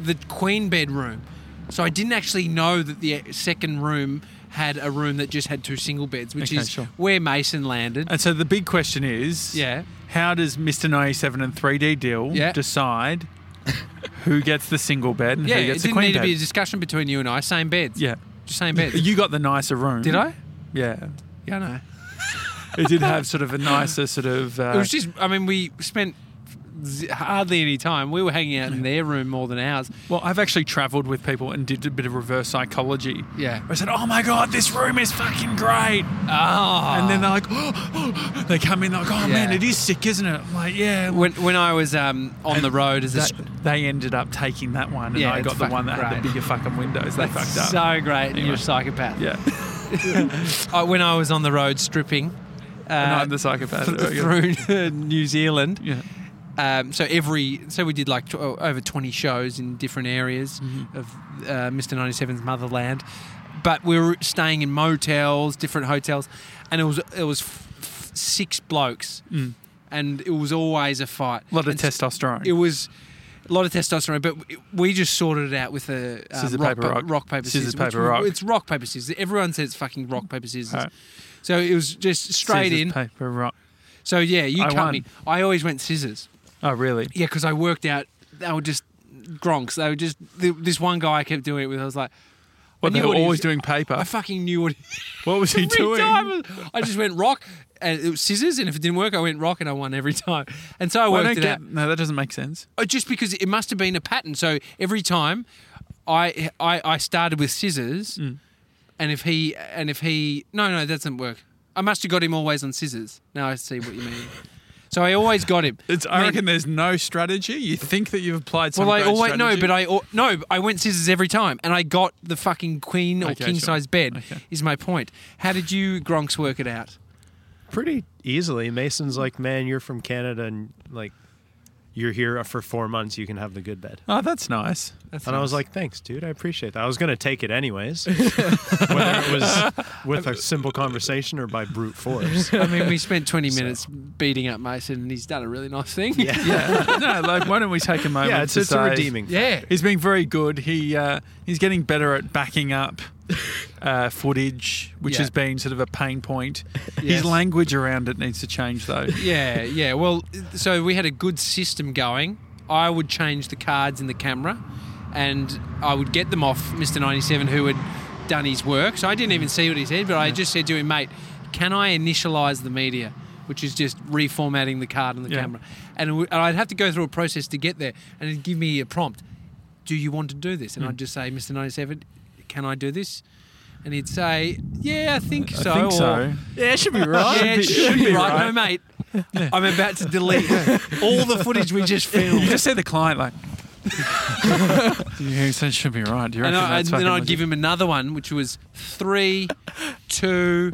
[SPEAKER 2] the queen bedroom. So I didn't actually know that the uh, second room had a room that just had two single beds, which
[SPEAKER 1] Okay,
[SPEAKER 2] is
[SPEAKER 1] sure. Uh,
[SPEAKER 2] where Mason landed.
[SPEAKER 1] And so the big question is,
[SPEAKER 2] Yeah.
[SPEAKER 1] how does Mr. 97 and 3D Deal
[SPEAKER 2] Yeah.
[SPEAKER 1] decide who gets the single bed and
[SPEAKER 2] Yeah,
[SPEAKER 1] who
[SPEAKER 2] it
[SPEAKER 1] gets the
[SPEAKER 2] didn't
[SPEAKER 1] queen
[SPEAKER 2] need
[SPEAKER 1] bed?
[SPEAKER 2] to be a discussion between you and I. Same beds.
[SPEAKER 1] yeah.
[SPEAKER 2] Just same beds.
[SPEAKER 1] You got the nicer room.
[SPEAKER 2] Did I?
[SPEAKER 1] Yeah.
[SPEAKER 2] Yeah, I know.
[SPEAKER 1] It did have sort of a nicer sort of. Uh,
[SPEAKER 2] It was just, I mean, we spent z- hardly any time. We were hanging out in their room more than ours.
[SPEAKER 1] well, I've actually travelled with people and did a bit of reverse psychology.
[SPEAKER 2] Yeah.
[SPEAKER 1] I said, "Oh my god, this room is fucking great,"
[SPEAKER 2] Ah.
[SPEAKER 1] and then they're like, [GASPS] oh, "They come in, they're like, oh man,
[SPEAKER 2] Yeah.
[SPEAKER 1] it is sick, isn't it?" I'm like, "Yeah."
[SPEAKER 2] when, when I was um, on the road as a.
[SPEAKER 1] That-
[SPEAKER 2] sp-
[SPEAKER 1] they ended up taking that one, and
[SPEAKER 2] Yeah,
[SPEAKER 1] I
[SPEAKER 2] it's
[SPEAKER 1] got the one that
[SPEAKER 2] fucking
[SPEAKER 1] had the
[SPEAKER 2] great.
[SPEAKER 1] bigger fucking windows. They fucked up.
[SPEAKER 2] so great, and
[SPEAKER 1] Anyway.
[SPEAKER 2] you're a psychopath.
[SPEAKER 1] yeah.
[SPEAKER 2] I, when I was on the road stripping uh,
[SPEAKER 1] and I'm the psychopath.
[SPEAKER 2] th-
[SPEAKER 1] Okay.
[SPEAKER 2] [LAUGHS] through New Zealand,
[SPEAKER 1] yeah.
[SPEAKER 2] Um, so every so we did like tw- oh, over 20 shows in different areas
[SPEAKER 1] Mm-hmm.
[SPEAKER 2] of uh, Mr 97's motherland but we were staying in motels different hotels and it was it was f- f- six blokes
[SPEAKER 1] Mm.
[SPEAKER 2] and it was always a fight
[SPEAKER 1] A lot of
[SPEAKER 2] And s-
[SPEAKER 1] testosterone.
[SPEAKER 2] it was a lot of testosterone, but we just sorted it out with a um,
[SPEAKER 1] Scissor,
[SPEAKER 2] rock,
[SPEAKER 1] paper,
[SPEAKER 2] pa-
[SPEAKER 1] rock.
[SPEAKER 2] rock, paper,
[SPEAKER 1] Scissor,
[SPEAKER 2] scissors.
[SPEAKER 1] paper,
[SPEAKER 2] which-
[SPEAKER 1] rock.
[SPEAKER 2] It's rock, paper, scissors. Everyone says it's fucking rock, paper, scissors.
[SPEAKER 1] Alright.
[SPEAKER 2] So it was just straight
[SPEAKER 1] Scissors,
[SPEAKER 2] in.
[SPEAKER 1] paper, rock.
[SPEAKER 2] So yeah, you
[SPEAKER 1] I
[SPEAKER 2] cut
[SPEAKER 1] won.
[SPEAKER 2] me. I always went scissors.
[SPEAKER 1] Oh, really?
[SPEAKER 2] Yeah, because I worked out they were just gronks. They were just th- this one guy I kept doing it with. I was like,
[SPEAKER 1] Well,
[SPEAKER 2] knew
[SPEAKER 1] they were
[SPEAKER 2] what he
[SPEAKER 1] always
[SPEAKER 2] was-
[SPEAKER 1] doing paper.
[SPEAKER 2] I fucking
[SPEAKER 1] [LAUGHS]
[SPEAKER 2] knew what he [LAUGHS]
[SPEAKER 1] what was he
[SPEAKER 2] every
[SPEAKER 1] doing?
[SPEAKER 2] time. I just went rock and it was scissors, and if it didn't work, I went rock, and I won every time. And so I
[SPEAKER 1] Well, I
[SPEAKER 2] worked
[SPEAKER 1] don't
[SPEAKER 2] it
[SPEAKER 1] get,
[SPEAKER 2] out
[SPEAKER 1] no, that doesn't make sense.
[SPEAKER 2] Oh, just because it must have been a pattern. So every time, I I, I started with scissors,
[SPEAKER 1] Mm.
[SPEAKER 2] and if he and if he no no that doesn't work. I must have got him always on scissors. Now I see what you
[SPEAKER 1] [LAUGHS]
[SPEAKER 2] mean. So I always got him.
[SPEAKER 1] It's, I,
[SPEAKER 2] mean-
[SPEAKER 1] reckon there's no strategy. You think that you've applied some
[SPEAKER 2] Well, I
[SPEAKER 1] great
[SPEAKER 2] always no,
[SPEAKER 1] strategy.
[SPEAKER 2] but I al- no, I went scissors every time, and I got the fucking queen or
[SPEAKER 1] Okay,
[SPEAKER 2] king
[SPEAKER 1] sure.
[SPEAKER 2] size bed.
[SPEAKER 1] Okay.
[SPEAKER 2] Is my point? How did you Gronks work it out?
[SPEAKER 3] Pretty easily. Mason's like, man, you're from Canada and like you're here for four months. You can have the good bed.
[SPEAKER 1] Oh, that's nice. [LAUGHS]
[SPEAKER 2] That's
[SPEAKER 3] And I was
[SPEAKER 2] nice.
[SPEAKER 3] like, thanks, dude. I appreciate that. I was going to take it anyways, whether it was with a simple conversation or by brute force.
[SPEAKER 2] I mean, we
[SPEAKER 1] [LAUGHS]
[SPEAKER 2] spent twenty minutes beating up Mason, and he's done a really nice thing. [LAUGHS] Yeah,
[SPEAKER 1] Yeah. no, like, why don't we take a moment?
[SPEAKER 3] Yeah, it's,
[SPEAKER 1] to
[SPEAKER 3] it's
[SPEAKER 1] say-
[SPEAKER 3] a redeeming.
[SPEAKER 2] [LAUGHS] yeah.
[SPEAKER 1] He's been very good. He uh, he's getting better at backing up uh, footage, which
[SPEAKER 2] Yeah.
[SPEAKER 1] has been sort of a pain
[SPEAKER 2] [LAUGHS]
[SPEAKER 1] point. His
[SPEAKER 2] Yes.
[SPEAKER 1] language around it needs to change, though.
[SPEAKER 2] Yeah, yeah. Well, so we had a good system going I would change the cards in the camera, and I would get them off Mister Ninety Seven, who had done his work. So I didn't even see what he said, but I just said to him, "Mate, can I initialize the media?" Which is just reformatting the card in the
[SPEAKER 1] Yeah.
[SPEAKER 2] camera, and, it would- and I'd have to go through a process to get there, and it'd give me a prompt. Do you want to do this?
[SPEAKER 1] Hmm.
[SPEAKER 2] And I'd just say, Mister Ninety Seven, can I do this? And he'd say, Yeah, I think so.
[SPEAKER 1] I think
[SPEAKER 2] or,
[SPEAKER 1] so.
[SPEAKER 4] Yeah, it should be
[SPEAKER 2] yeah,
[SPEAKER 4] right.
[SPEAKER 2] it should be right. No, mate. I'm about to [LAUGHS] delete all the footage we just filmed.
[SPEAKER 1] You just said the client
[SPEAKER 2] [LAUGHS]
[SPEAKER 1] like. [LAUGHS] you said should be right. Do you reckon
[SPEAKER 2] and I, and
[SPEAKER 1] that's
[SPEAKER 2] then
[SPEAKER 1] fucking
[SPEAKER 2] I'd give
[SPEAKER 1] legit?
[SPEAKER 2] him another one, which was three, two,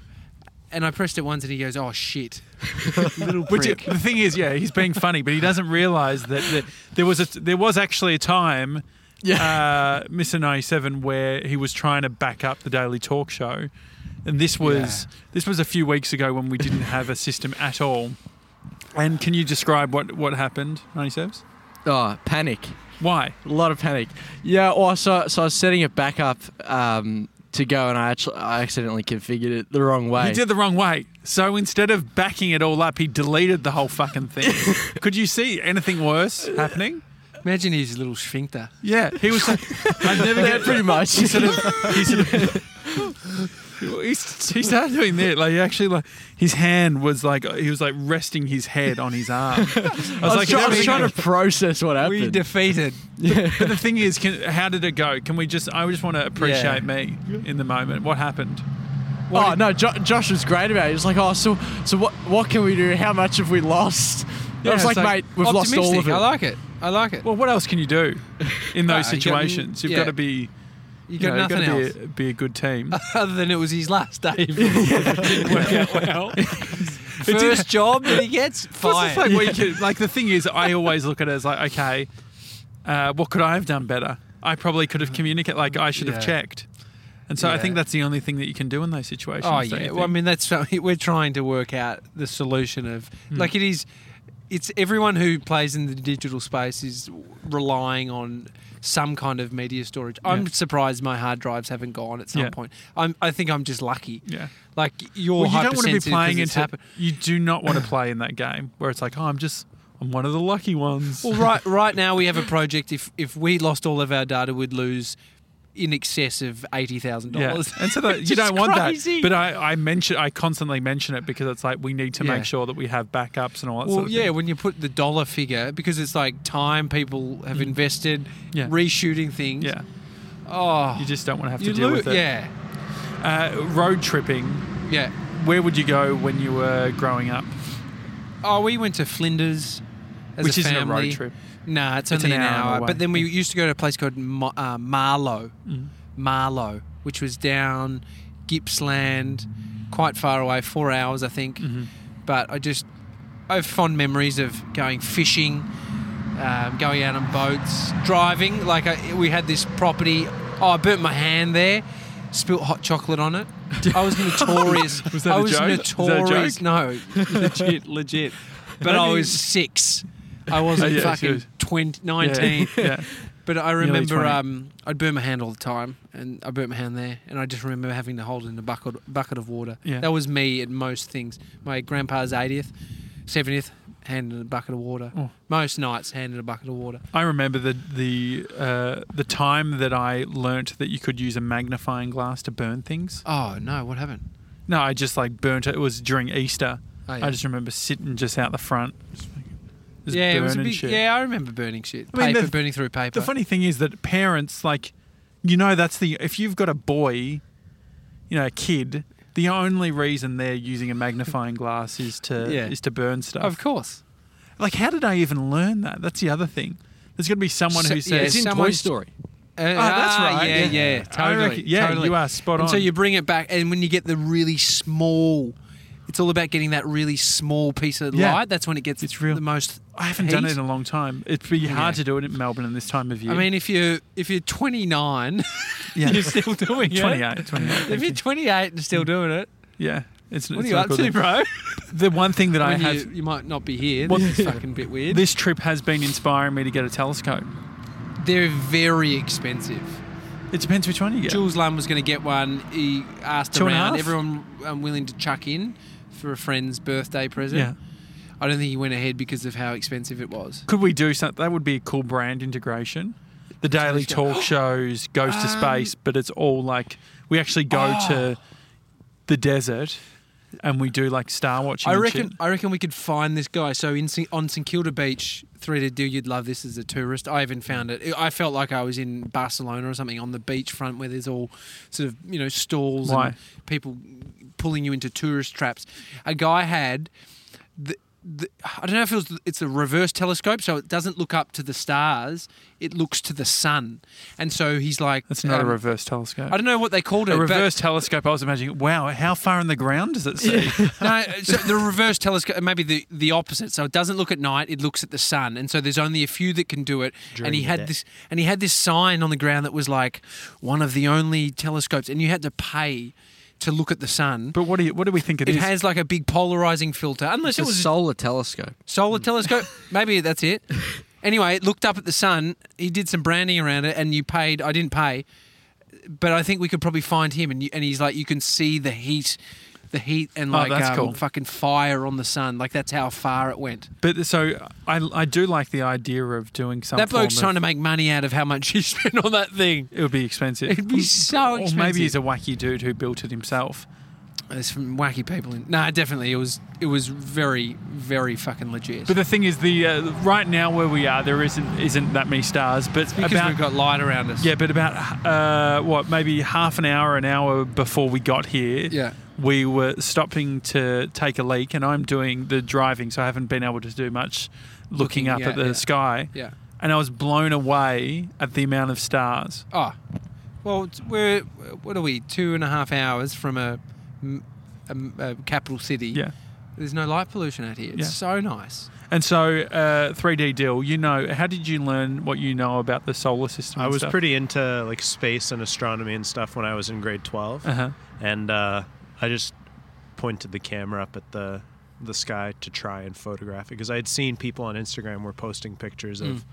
[SPEAKER 2] and I pressed it once, and he goes, "Oh shit, [LAUGHS] little
[SPEAKER 1] Which
[SPEAKER 2] prick."
[SPEAKER 1] the thing is, yeah, he's being funny, but he doesn't realise that, that there was a there was actually a time, uh, Mister Ninety Seven, where he was trying to back up the Daily Talk Show, and this was this was a few weeks ago when we didn't have a system at all. And can you describe what what happened, Ninety Sevens?
[SPEAKER 4] Oh, panic.
[SPEAKER 1] Why?
[SPEAKER 4] A lot of panic. Yeah. Well, so so I was setting it back up um, to go, and I actually I accidentally configured it the wrong way.
[SPEAKER 1] He did the wrong way. So instead of backing it all up, he deleted the whole fucking thing. Could you see anything worse happening?
[SPEAKER 2] Imagine his little sphincter.
[SPEAKER 1] Yeah, he was like, I never
[SPEAKER 4] yeah, [LAUGHS]
[SPEAKER 1] get
[SPEAKER 4] [LAUGHS] pretty much.
[SPEAKER 1] he sort of he sort of he, s- he started doing that like he actually like his hand was like he was like resting his head on his
[SPEAKER 2] [LAUGHS]
[SPEAKER 1] arm. I was,
[SPEAKER 4] I was,
[SPEAKER 1] like,
[SPEAKER 4] try- I was
[SPEAKER 1] "Everything-
[SPEAKER 4] trying to process what happened.
[SPEAKER 2] We defeated.
[SPEAKER 1] but [LAUGHS] the thing is, can, how did it go? Can we just? I just want to appreciate
[SPEAKER 2] Yeah.
[SPEAKER 1] me in the moment. What happened?
[SPEAKER 4] oh no, jo- Josh was great about it. He was like, oh, so so what what can we do? How much have we lost? I
[SPEAKER 2] it's
[SPEAKER 4] was like, mate, we've lost all of
[SPEAKER 2] optimistic.
[SPEAKER 4] it.
[SPEAKER 2] I like it. I like it.
[SPEAKER 1] Well, what else can you do in those
[SPEAKER 2] [LAUGHS] Nah, Uh, you got-
[SPEAKER 1] situations? You've
[SPEAKER 2] yeah.
[SPEAKER 1] got to be.
[SPEAKER 2] you got
[SPEAKER 1] know, you've
[SPEAKER 2] nothing
[SPEAKER 1] gotta
[SPEAKER 2] else
[SPEAKER 1] Be a, be a good
[SPEAKER 2] [LAUGHS]
[SPEAKER 1] team. [LAUGHS]
[SPEAKER 2] other than it was his last [LAUGHS] day. Didn't work out well. First job that he gets,
[SPEAKER 1] Plus
[SPEAKER 2] fine.
[SPEAKER 1] it's like, where you could- like the thing is, I always look at it as like, okay, uh, what could I have done better? I probably could have communicated. Like I should
[SPEAKER 2] Yeah.
[SPEAKER 1] have checked. And so I
[SPEAKER 2] Yeah.
[SPEAKER 1] think that's the only thing that you can do in those situations.
[SPEAKER 2] Oh
[SPEAKER 1] don't you
[SPEAKER 2] yeah.
[SPEAKER 1] think?
[SPEAKER 2] Well, I mean, that's [LAUGHS] something- we're trying to work out the solution of
[SPEAKER 1] Hmm.
[SPEAKER 2] like it is. It's everyone who plays in the digital space is relying on some kind of media storage. I'm
[SPEAKER 1] Yeah.
[SPEAKER 2] surprised my hard drives haven't gone at some
[SPEAKER 1] Yeah.
[SPEAKER 2] point. I'm, I think I'm just lucky.
[SPEAKER 1] yeah.
[SPEAKER 2] Like you're
[SPEAKER 1] Well, you don't want to be
[SPEAKER 2] hypersensitive 'cause
[SPEAKER 1] playing
[SPEAKER 2] it's
[SPEAKER 1] into.
[SPEAKER 2] happen-
[SPEAKER 1] You do not
[SPEAKER 2] [CLEARS THROAT]
[SPEAKER 1] want to play in that game where it's like, oh, I'm just, I'm one of the lucky ones.
[SPEAKER 2] Well, right, right now we have a project. If if we lost all of our data, we'd lose in excess of eighty thousand
[SPEAKER 1] [LAUGHS] yeah.
[SPEAKER 2] dollars.
[SPEAKER 1] And
[SPEAKER 2] [LAUGHS]
[SPEAKER 1] so that, you don't want that. But I, I mention, I constantly mention it because it's like we need to
[SPEAKER 2] Yeah.
[SPEAKER 1] make sure that we have backups and all that.
[SPEAKER 2] Well,
[SPEAKER 1] sort of
[SPEAKER 2] yeah,
[SPEAKER 1] Thing.
[SPEAKER 2] when you put the dollar figure, because it's like time people have invested,
[SPEAKER 1] Mm. Yeah.
[SPEAKER 2] reshooting things.
[SPEAKER 1] Yeah.
[SPEAKER 2] Oh,
[SPEAKER 1] You just don't want to have
[SPEAKER 2] you
[SPEAKER 1] to deal
[SPEAKER 2] lo-
[SPEAKER 1] with it.
[SPEAKER 2] Yeah,
[SPEAKER 1] Uh, road tripping.
[SPEAKER 2] yeah.
[SPEAKER 1] Where would you go when you were growing [LAUGHS] up?
[SPEAKER 2] Oh, we went to Flinders as
[SPEAKER 1] Which
[SPEAKER 2] a
[SPEAKER 1] isn't a
[SPEAKER 2] family.
[SPEAKER 1] road trip.
[SPEAKER 2] Nah, it's,
[SPEAKER 1] It's
[SPEAKER 2] only
[SPEAKER 1] an
[SPEAKER 2] an,
[SPEAKER 1] hour
[SPEAKER 2] hour.
[SPEAKER 1] away. Mm.
[SPEAKER 2] But then we used to go to a place called Ma- uh, Marlow, Marlow, which was down Gippsland, quite far away, four hours I think.
[SPEAKER 1] Mm-hmm.
[SPEAKER 2] But I just I have fond memories of going fishing, um, going out on boats, driving. Like I, we had this property. Oh, I burnt my hand there. Spilt hot chocolate
[SPEAKER 1] [LAUGHS]
[SPEAKER 2] on it. I was notorious.
[SPEAKER 1] Was that
[SPEAKER 2] I
[SPEAKER 1] a
[SPEAKER 2] was
[SPEAKER 1] joke? Was that a
[SPEAKER 2] notorious.
[SPEAKER 1] joke?
[SPEAKER 2] No,
[SPEAKER 1] [LAUGHS]
[SPEAKER 2] legit, legit. But I
[SPEAKER 1] Maybe-
[SPEAKER 2] was six. I wasn't
[SPEAKER 1] Oh, [LAUGHS] yeah,
[SPEAKER 2] fucking
[SPEAKER 1] serious.
[SPEAKER 2] 20,
[SPEAKER 1] Yeah, [LAUGHS]
[SPEAKER 2] 19.
[SPEAKER 1] yeah.
[SPEAKER 2] But I remember
[SPEAKER 1] 20.
[SPEAKER 2] um, I'd burn my hand all the time, and I burnt my hand there, and I just remember having to hold it in a bucket bucket of water.
[SPEAKER 1] Yeah.
[SPEAKER 2] That was me at most things. My grandpa's 80th, 70th, hand in a bucket of water.
[SPEAKER 1] Oh.
[SPEAKER 2] Most nights, hand in a bucket of water.
[SPEAKER 1] I remember the the uh, the time that I learnt that you could use a magnifying glass to burn things.
[SPEAKER 2] Oh no, what happened?
[SPEAKER 1] No, I just like burnt it. It was during Easter.
[SPEAKER 2] Oh, yeah.
[SPEAKER 1] I just remember sitting just out the front. just fucking- just
[SPEAKER 2] yeah, it was a
[SPEAKER 1] burning
[SPEAKER 2] big.
[SPEAKER 1] shit.
[SPEAKER 2] Yeah, I remember burning shit.
[SPEAKER 1] I mean,
[SPEAKER 2] paper,
[SPEAKER 1] the-
[SPEAKER 2] burning through paper.
[SPEAKER 1] The funny thing is that parents like, you know, that's the if you've got a boy, you know, a kid. The only reason they're using a magnifying glass is to
[SPEAKER 2] Yeah.
[SPEAKER 1] is to burn stuff.
[SPEAKER 2] of course.
[SPEAKER 1] Like, how did I even learn that? That's the other thing. There's going to be someone
[SPEAKER 2] So-
[SPEAKER 1] who
[SPEAKER 2] yeah,
[SPEAKER 1] says,
[SPEAKER 4] it's in Toy
[SPEAKER 2] someone-
[SPEAKER 4] Story.
[SPEAKER 2] Uh,
[SPEAKER 1] "Oh, that's
[SPEAKER 2] ah,
[SPEAKER 1] right."
[SPEAKER 2] Yeah, yeah,
[SPEAKER 1] I
[SPEAKER 2] totally.
[SPEAKER 1] reckon- yeah,
[SPEAKER 2] totally.
[SPEAKER 1] you are spot on.
[SPEAKER 2] And so you bring it back, and when you get the really small, it's all about getting that really small piece of
[SPEAKER 1] Yeah.
[SPEAKER 2] light. That's when it gets
[SPEAKER 1] It's real.
[SPEAKER 2] the most.
[SPEAKER 1] I haven't done it
[SPEAKER 2] heat.
[SPEAKER 1] in a long time. It'd be hard
[SPEAKER 2] Yeah.
[SPEAKER 1] to do it in Melbourne in this time of year.
[SPEAKER 2] I mean, if you if
[SPEAKER 1] [LAUGHS]
[SPEAKER 2] you're 29,
[SPEAKER 1] yeah.
[SPEAKER 2] you're still doing it.
[SPEAKER 1] 28, 28.
[SPEAKER 2] If you're 28 and still doing it,
[SPEAKER 1] yeah. It's,
[SPEAKER 2] what are
[SPEAKER 1] it's
[SPEAKER 2] you
[SPEAKER 1] not
[SPEAKER 2] up
[SPEAKER 1] good. [LAUGHS]
[SPEAKER 2] to, bro?
[SPEAKER 1] The one thing that I
[SPEAKER 2] I mean,
[SPEAKER 1] have,
[SPEAKER 2] you, you might not be here.
[SPEAKER 1] What- [LAUGHS]
[SPEAKER 2] This is fucking bit weird.
[SPEAKER 1] this trip has been inspiring me to get a telescope.
[SPEAKER 2] They're very expensive.
[SPEAKER 1] It depends which one you get.
[SPEAKER 2] Jules Lum was going to get one. He asked
[SPEAKER 1] Two and a
[SPEAKER 2] around.
[SPEAKER 1] half?
[SPEAKER 2] Everyone um, willing to chuck in for a friend's birthday present.
[SPEAKER 1] Yeah.
[SPEAKER 2] I don't think he went ahead because of how expensive it was.
[SPEAKER 1] Could we do something? That would be a cool brand integration. The daily
[SPEAKER 2] Show. [GASPS]
[SPEAKER 1] talk shows goes to space,
[SPEAKER 2] Um,
[SPEAKER 1] but it's all like we actually go
[SPEAKER 2] oh.
[SPEAKER 1] to the desert and we do like star watching.
[SPEAKER 2] I
[SPEAKER 1] and
[SPEAKER 2] reckon.
[SPEAKER 1] shit.
[SPEAKER 2] I reckon we could find this guy. So in St- on St Kilda Beach, three to do. You'd love this as a tourist. I even found it. I felt like I was in Barcelona or something on the beachfront where there's all sort of you know stalls
[SPEAKER 1] Why?
[SPEAKER 2] and people pulling you into tourist traps. A guy had. The, the, I don't know if it was, it's a reverse telescope, so it doesn't look up to the stars. It looks to the sun, and so he's like,
[SPEAKER 1] That's not
[SPEAKER 2] um,
[SPEAKER 1] a reverse telescope.
[SPEAKER 2] I don't know what they called it.
[SPEAKER 1] a
[SPEAKER 2] but-
[SPEAKER 1] reverse telescope. I was imagining. Wow, how far in the ground does it see?
[SPEAKER 2] [LAUGHS] no, so the reverse telescope, uh, maybe the, the opposite. So it doesn't look at night; it looks at the sun, and so there's only a few that can do it. and
[SPEAKER 3] During
[SPEAKER 2] he
[SPEAKER 3] the
[SPEAKER 2] had
[SPEAKER 3] day.
[SPEAKER 2] this, and he had this sign on the ground that was like one of the only telescopes, and you had to pay to look at the sun.
[SPEAKER 1] But what do you, what do we think
[SPEAKER 2] it has like a big polarizing filter, unless
[SPEAKER 4] It's
[SPEAKER 2] it
[SPEAKER 4] a
[SPEAKER 2] was
[SPEAKER 4] solar telescope.
[SPEAKER 2] solar
[SPEAKER 1] Hmm. [LAUGHS]
[SPEAKER 2] telescope. Maybe that's it. Anyway, it looked up at the sun. He did some branding around it, and you paid. I didn't pay, but I think we could probably find him. And, you, and he's like, you can see the heat, the heat, and
[SPEAKER 1] Oh,
[SPEAKER 2] like
[SPEAKER 1] that's
[SPEAKER 2] um,
[SPEAKER 1] cool.
[SPEAKER 2] fucking fire on the sun. Like that's how far it went.
[SPEAKER 1] But so I, I do like the idea of doing something.
[SPEAKER 2] that bloke's trying to make money out of how much [LAUGHS] he spent on that thing.
[SPEAKER 1] It would be expensive.
[SPEAKER 2] It'd be so
[SPEAKER 1] Or maybe he's
[SPEAKER 2] expensive.
[SPEAKER 1] a wacky dude who built it himself.
[SPEAKER 2] There's some wacky people in. Nah, definitely, it was it was very very fucking legit.
[SPEAKER 1] But the thing is, the uh, right now where we are, there isn't isn't that many stars. But
[SPEAKER 2] because
[SPEAKER 1] about
[SPEAKER 2] we've got light around us.
[SPEAKER 1] yeah, but about uh, what maybe half an hour, an hour before we got here,
[SPEAKER 2] Yeah.
[SPEAKER 1] we were stopping to take a leak, and I'm doing the driving, so I haven't been able to do much looking,
[SPEAKER 2] Looking,
[SPEAKER 1] up
[SPEAKER 2] yeah,
[SPEAKER 1] at the
[SPEAKER 2] yeah.
[SPEAKER 1] sky.
[SPEAKER 2] Yeah.
[SPEAKER 1] And I was blown away at the amount of stars.
[SPEAKER 2] Oh, well, it's- we're what are we? Two and a half hours from a, m- a m- a capital city.
[SPEAKER 1] Yeah.
[SPEAKER 2] There's no light pollution out here. It's
[SPEAKER 1] Yeah.
[SPEAKER 2] so nice.
[SPEAKER 1] And so, uh, 3D deal. You know, how did you learn what you know about the solar system?
[SPEAKER 3] I
[SPEAKER 1] and
[SPEAKER 3] was
[SPEAKER 1] stuff?
[SPEAKER 3] pretty into like space and astronomy and stuff when I was in grade 12
[SPEAKER 1] Uh-huh.
[SPEAKER 3] and uh, I just pointed the camera up at the the sky to try and photograph it because I had seen people on Instagram were posting pictures of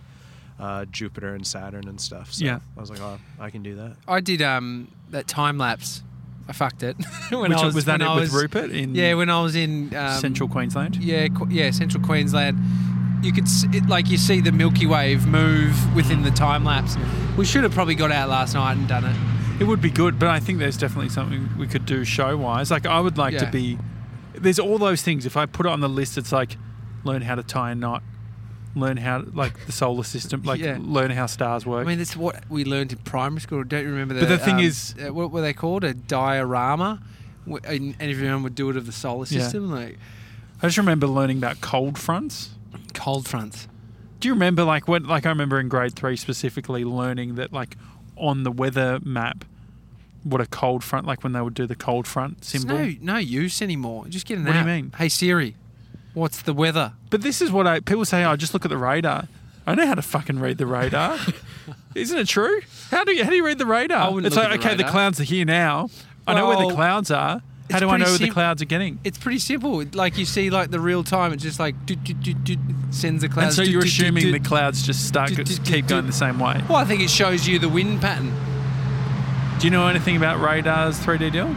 [SPEAKER 3] uh, Jupiter and Saturn and stuff. So
[SPEAKER 1] Yeah.
[SPEAKER 3] I was like, oh, I can do that.
[SPEAKER 2] I did um that time lapse. I fucked it. [LAUGHS] when
[SPEAKER 1] Which
[SPEAKER 2] I
[SPEAKER 1] was, that
[SPEAKER 2] when
[SPEAKER 1] it
[SPEAKER 2] I
[SPEAKER 1] with Rupert in
[SPEAKER 2] Yeah, when I was in um,
[SPEAKER 1] central Queensland?
[SPEAKER 2] Yeah, Qu- yeah, central Queensland. You could s it, like you see the Milky Way move within the time lapse. We should have probably got out last night and done it.
[SPEAKER 1] It would be good, but I think there's definitely something we could do show wise. Like, I would like
[SPEAKER 2] Yeah.
[SPEAKER 1] to be. There's all those things. If I put it on the list, it's like learn how to tie a knot, learn how, like, the solar system, like,
[SPEAKER 2] Yeah.
[SPEAKER 1] learn how stars
[SPEAKER 2] I
[SPEAKER 1] work.
[SPEAKER 2] mean, that's what we learned in primary school. I don't remember the.
[SPEAKER 1] But the thing
[SPEAKER 2] um,
[SPEAKER 1] is-
[SPEAKER 2] uh, what were they called? A diorama, Wh- and and everyone would do it of the solar
[SPEAKER 1] Yeah.
[SPEAKER 2] system, like
[SPEAKER 1] I just remember learning about cold fronts.
[SPEAKER 2] cold fronts.
[SPEAKER 1] Do you remember, like, when, like, I remember in grade three specifically learning that, like, on the weather map, what a cold front, like, when they would do the cold front
[SPEAKER 2] It's
[SPEAKER 1] symbol.
[SPEAKER 2] no, no use anymore. Just get an
[SPEAKER 1] What do you
[SPEAKER 2] app.
[SPEAKER 1] mean?
[SPEAKER 2] Hey Siri, what's the weather?
[SPEAKER 1] But this is what I people say. I just look at the radar. I know how to fucking read the
[SPEAKER 2] [LAUGHS]
[SPEAKER 1] radar. Isn't it true? How do you how do you read the
[SPEAKER 2] I
[SPEAKER 1] radar?
[SPEAKER 2] wouldn't
[SPEAKER 1] It's
[SPEAKER 2] look
[SPEAKER 1] like
[SPEAKER 2] at the
[SPEAKER 1] okay, the
[SPEAKER 2] radar.
[SPEAKER 1] clouds are here now. I know where
[SPEAKER 2] Well,
[SPEAKER 1] the clouds are. How
[SPEAKER 2] it's
[SPEAKER 1] do I
[SPEAKER 2] pretty
[SPEAKER 1] know where the
[SPEAKER 2] simple.
[SPEAKER 1] clouds are getting?
[SPEAKER 2] It's pretty simple. Like you see, like the real time. It's just like doot, doot, doot, doot, sends the
[SPEAKER 1] And
[SPEAKER 2] clouds.
[SPEAKER 1] so
[SPEAKER 2] doot,
[SPEAKER 1] you're
[SPEAKER 2] doot, doot,
[SPEAKER 1] assuming the
[SPEAKER 2] doot.
[SPEAKER 1] clouds just start
[SPEAKER 2] do-
[SPEAKER 1] go-
[SPEAKER 2] do-
[SPEAKER 1] keep
[SPEAKER 2] do-
[SPEAKER 1] going the same way.
[SPEAKER 2] Well, I think it shows you the wind pattern.
[SPEAKER 1] Do you know anything about radars? 3D deal?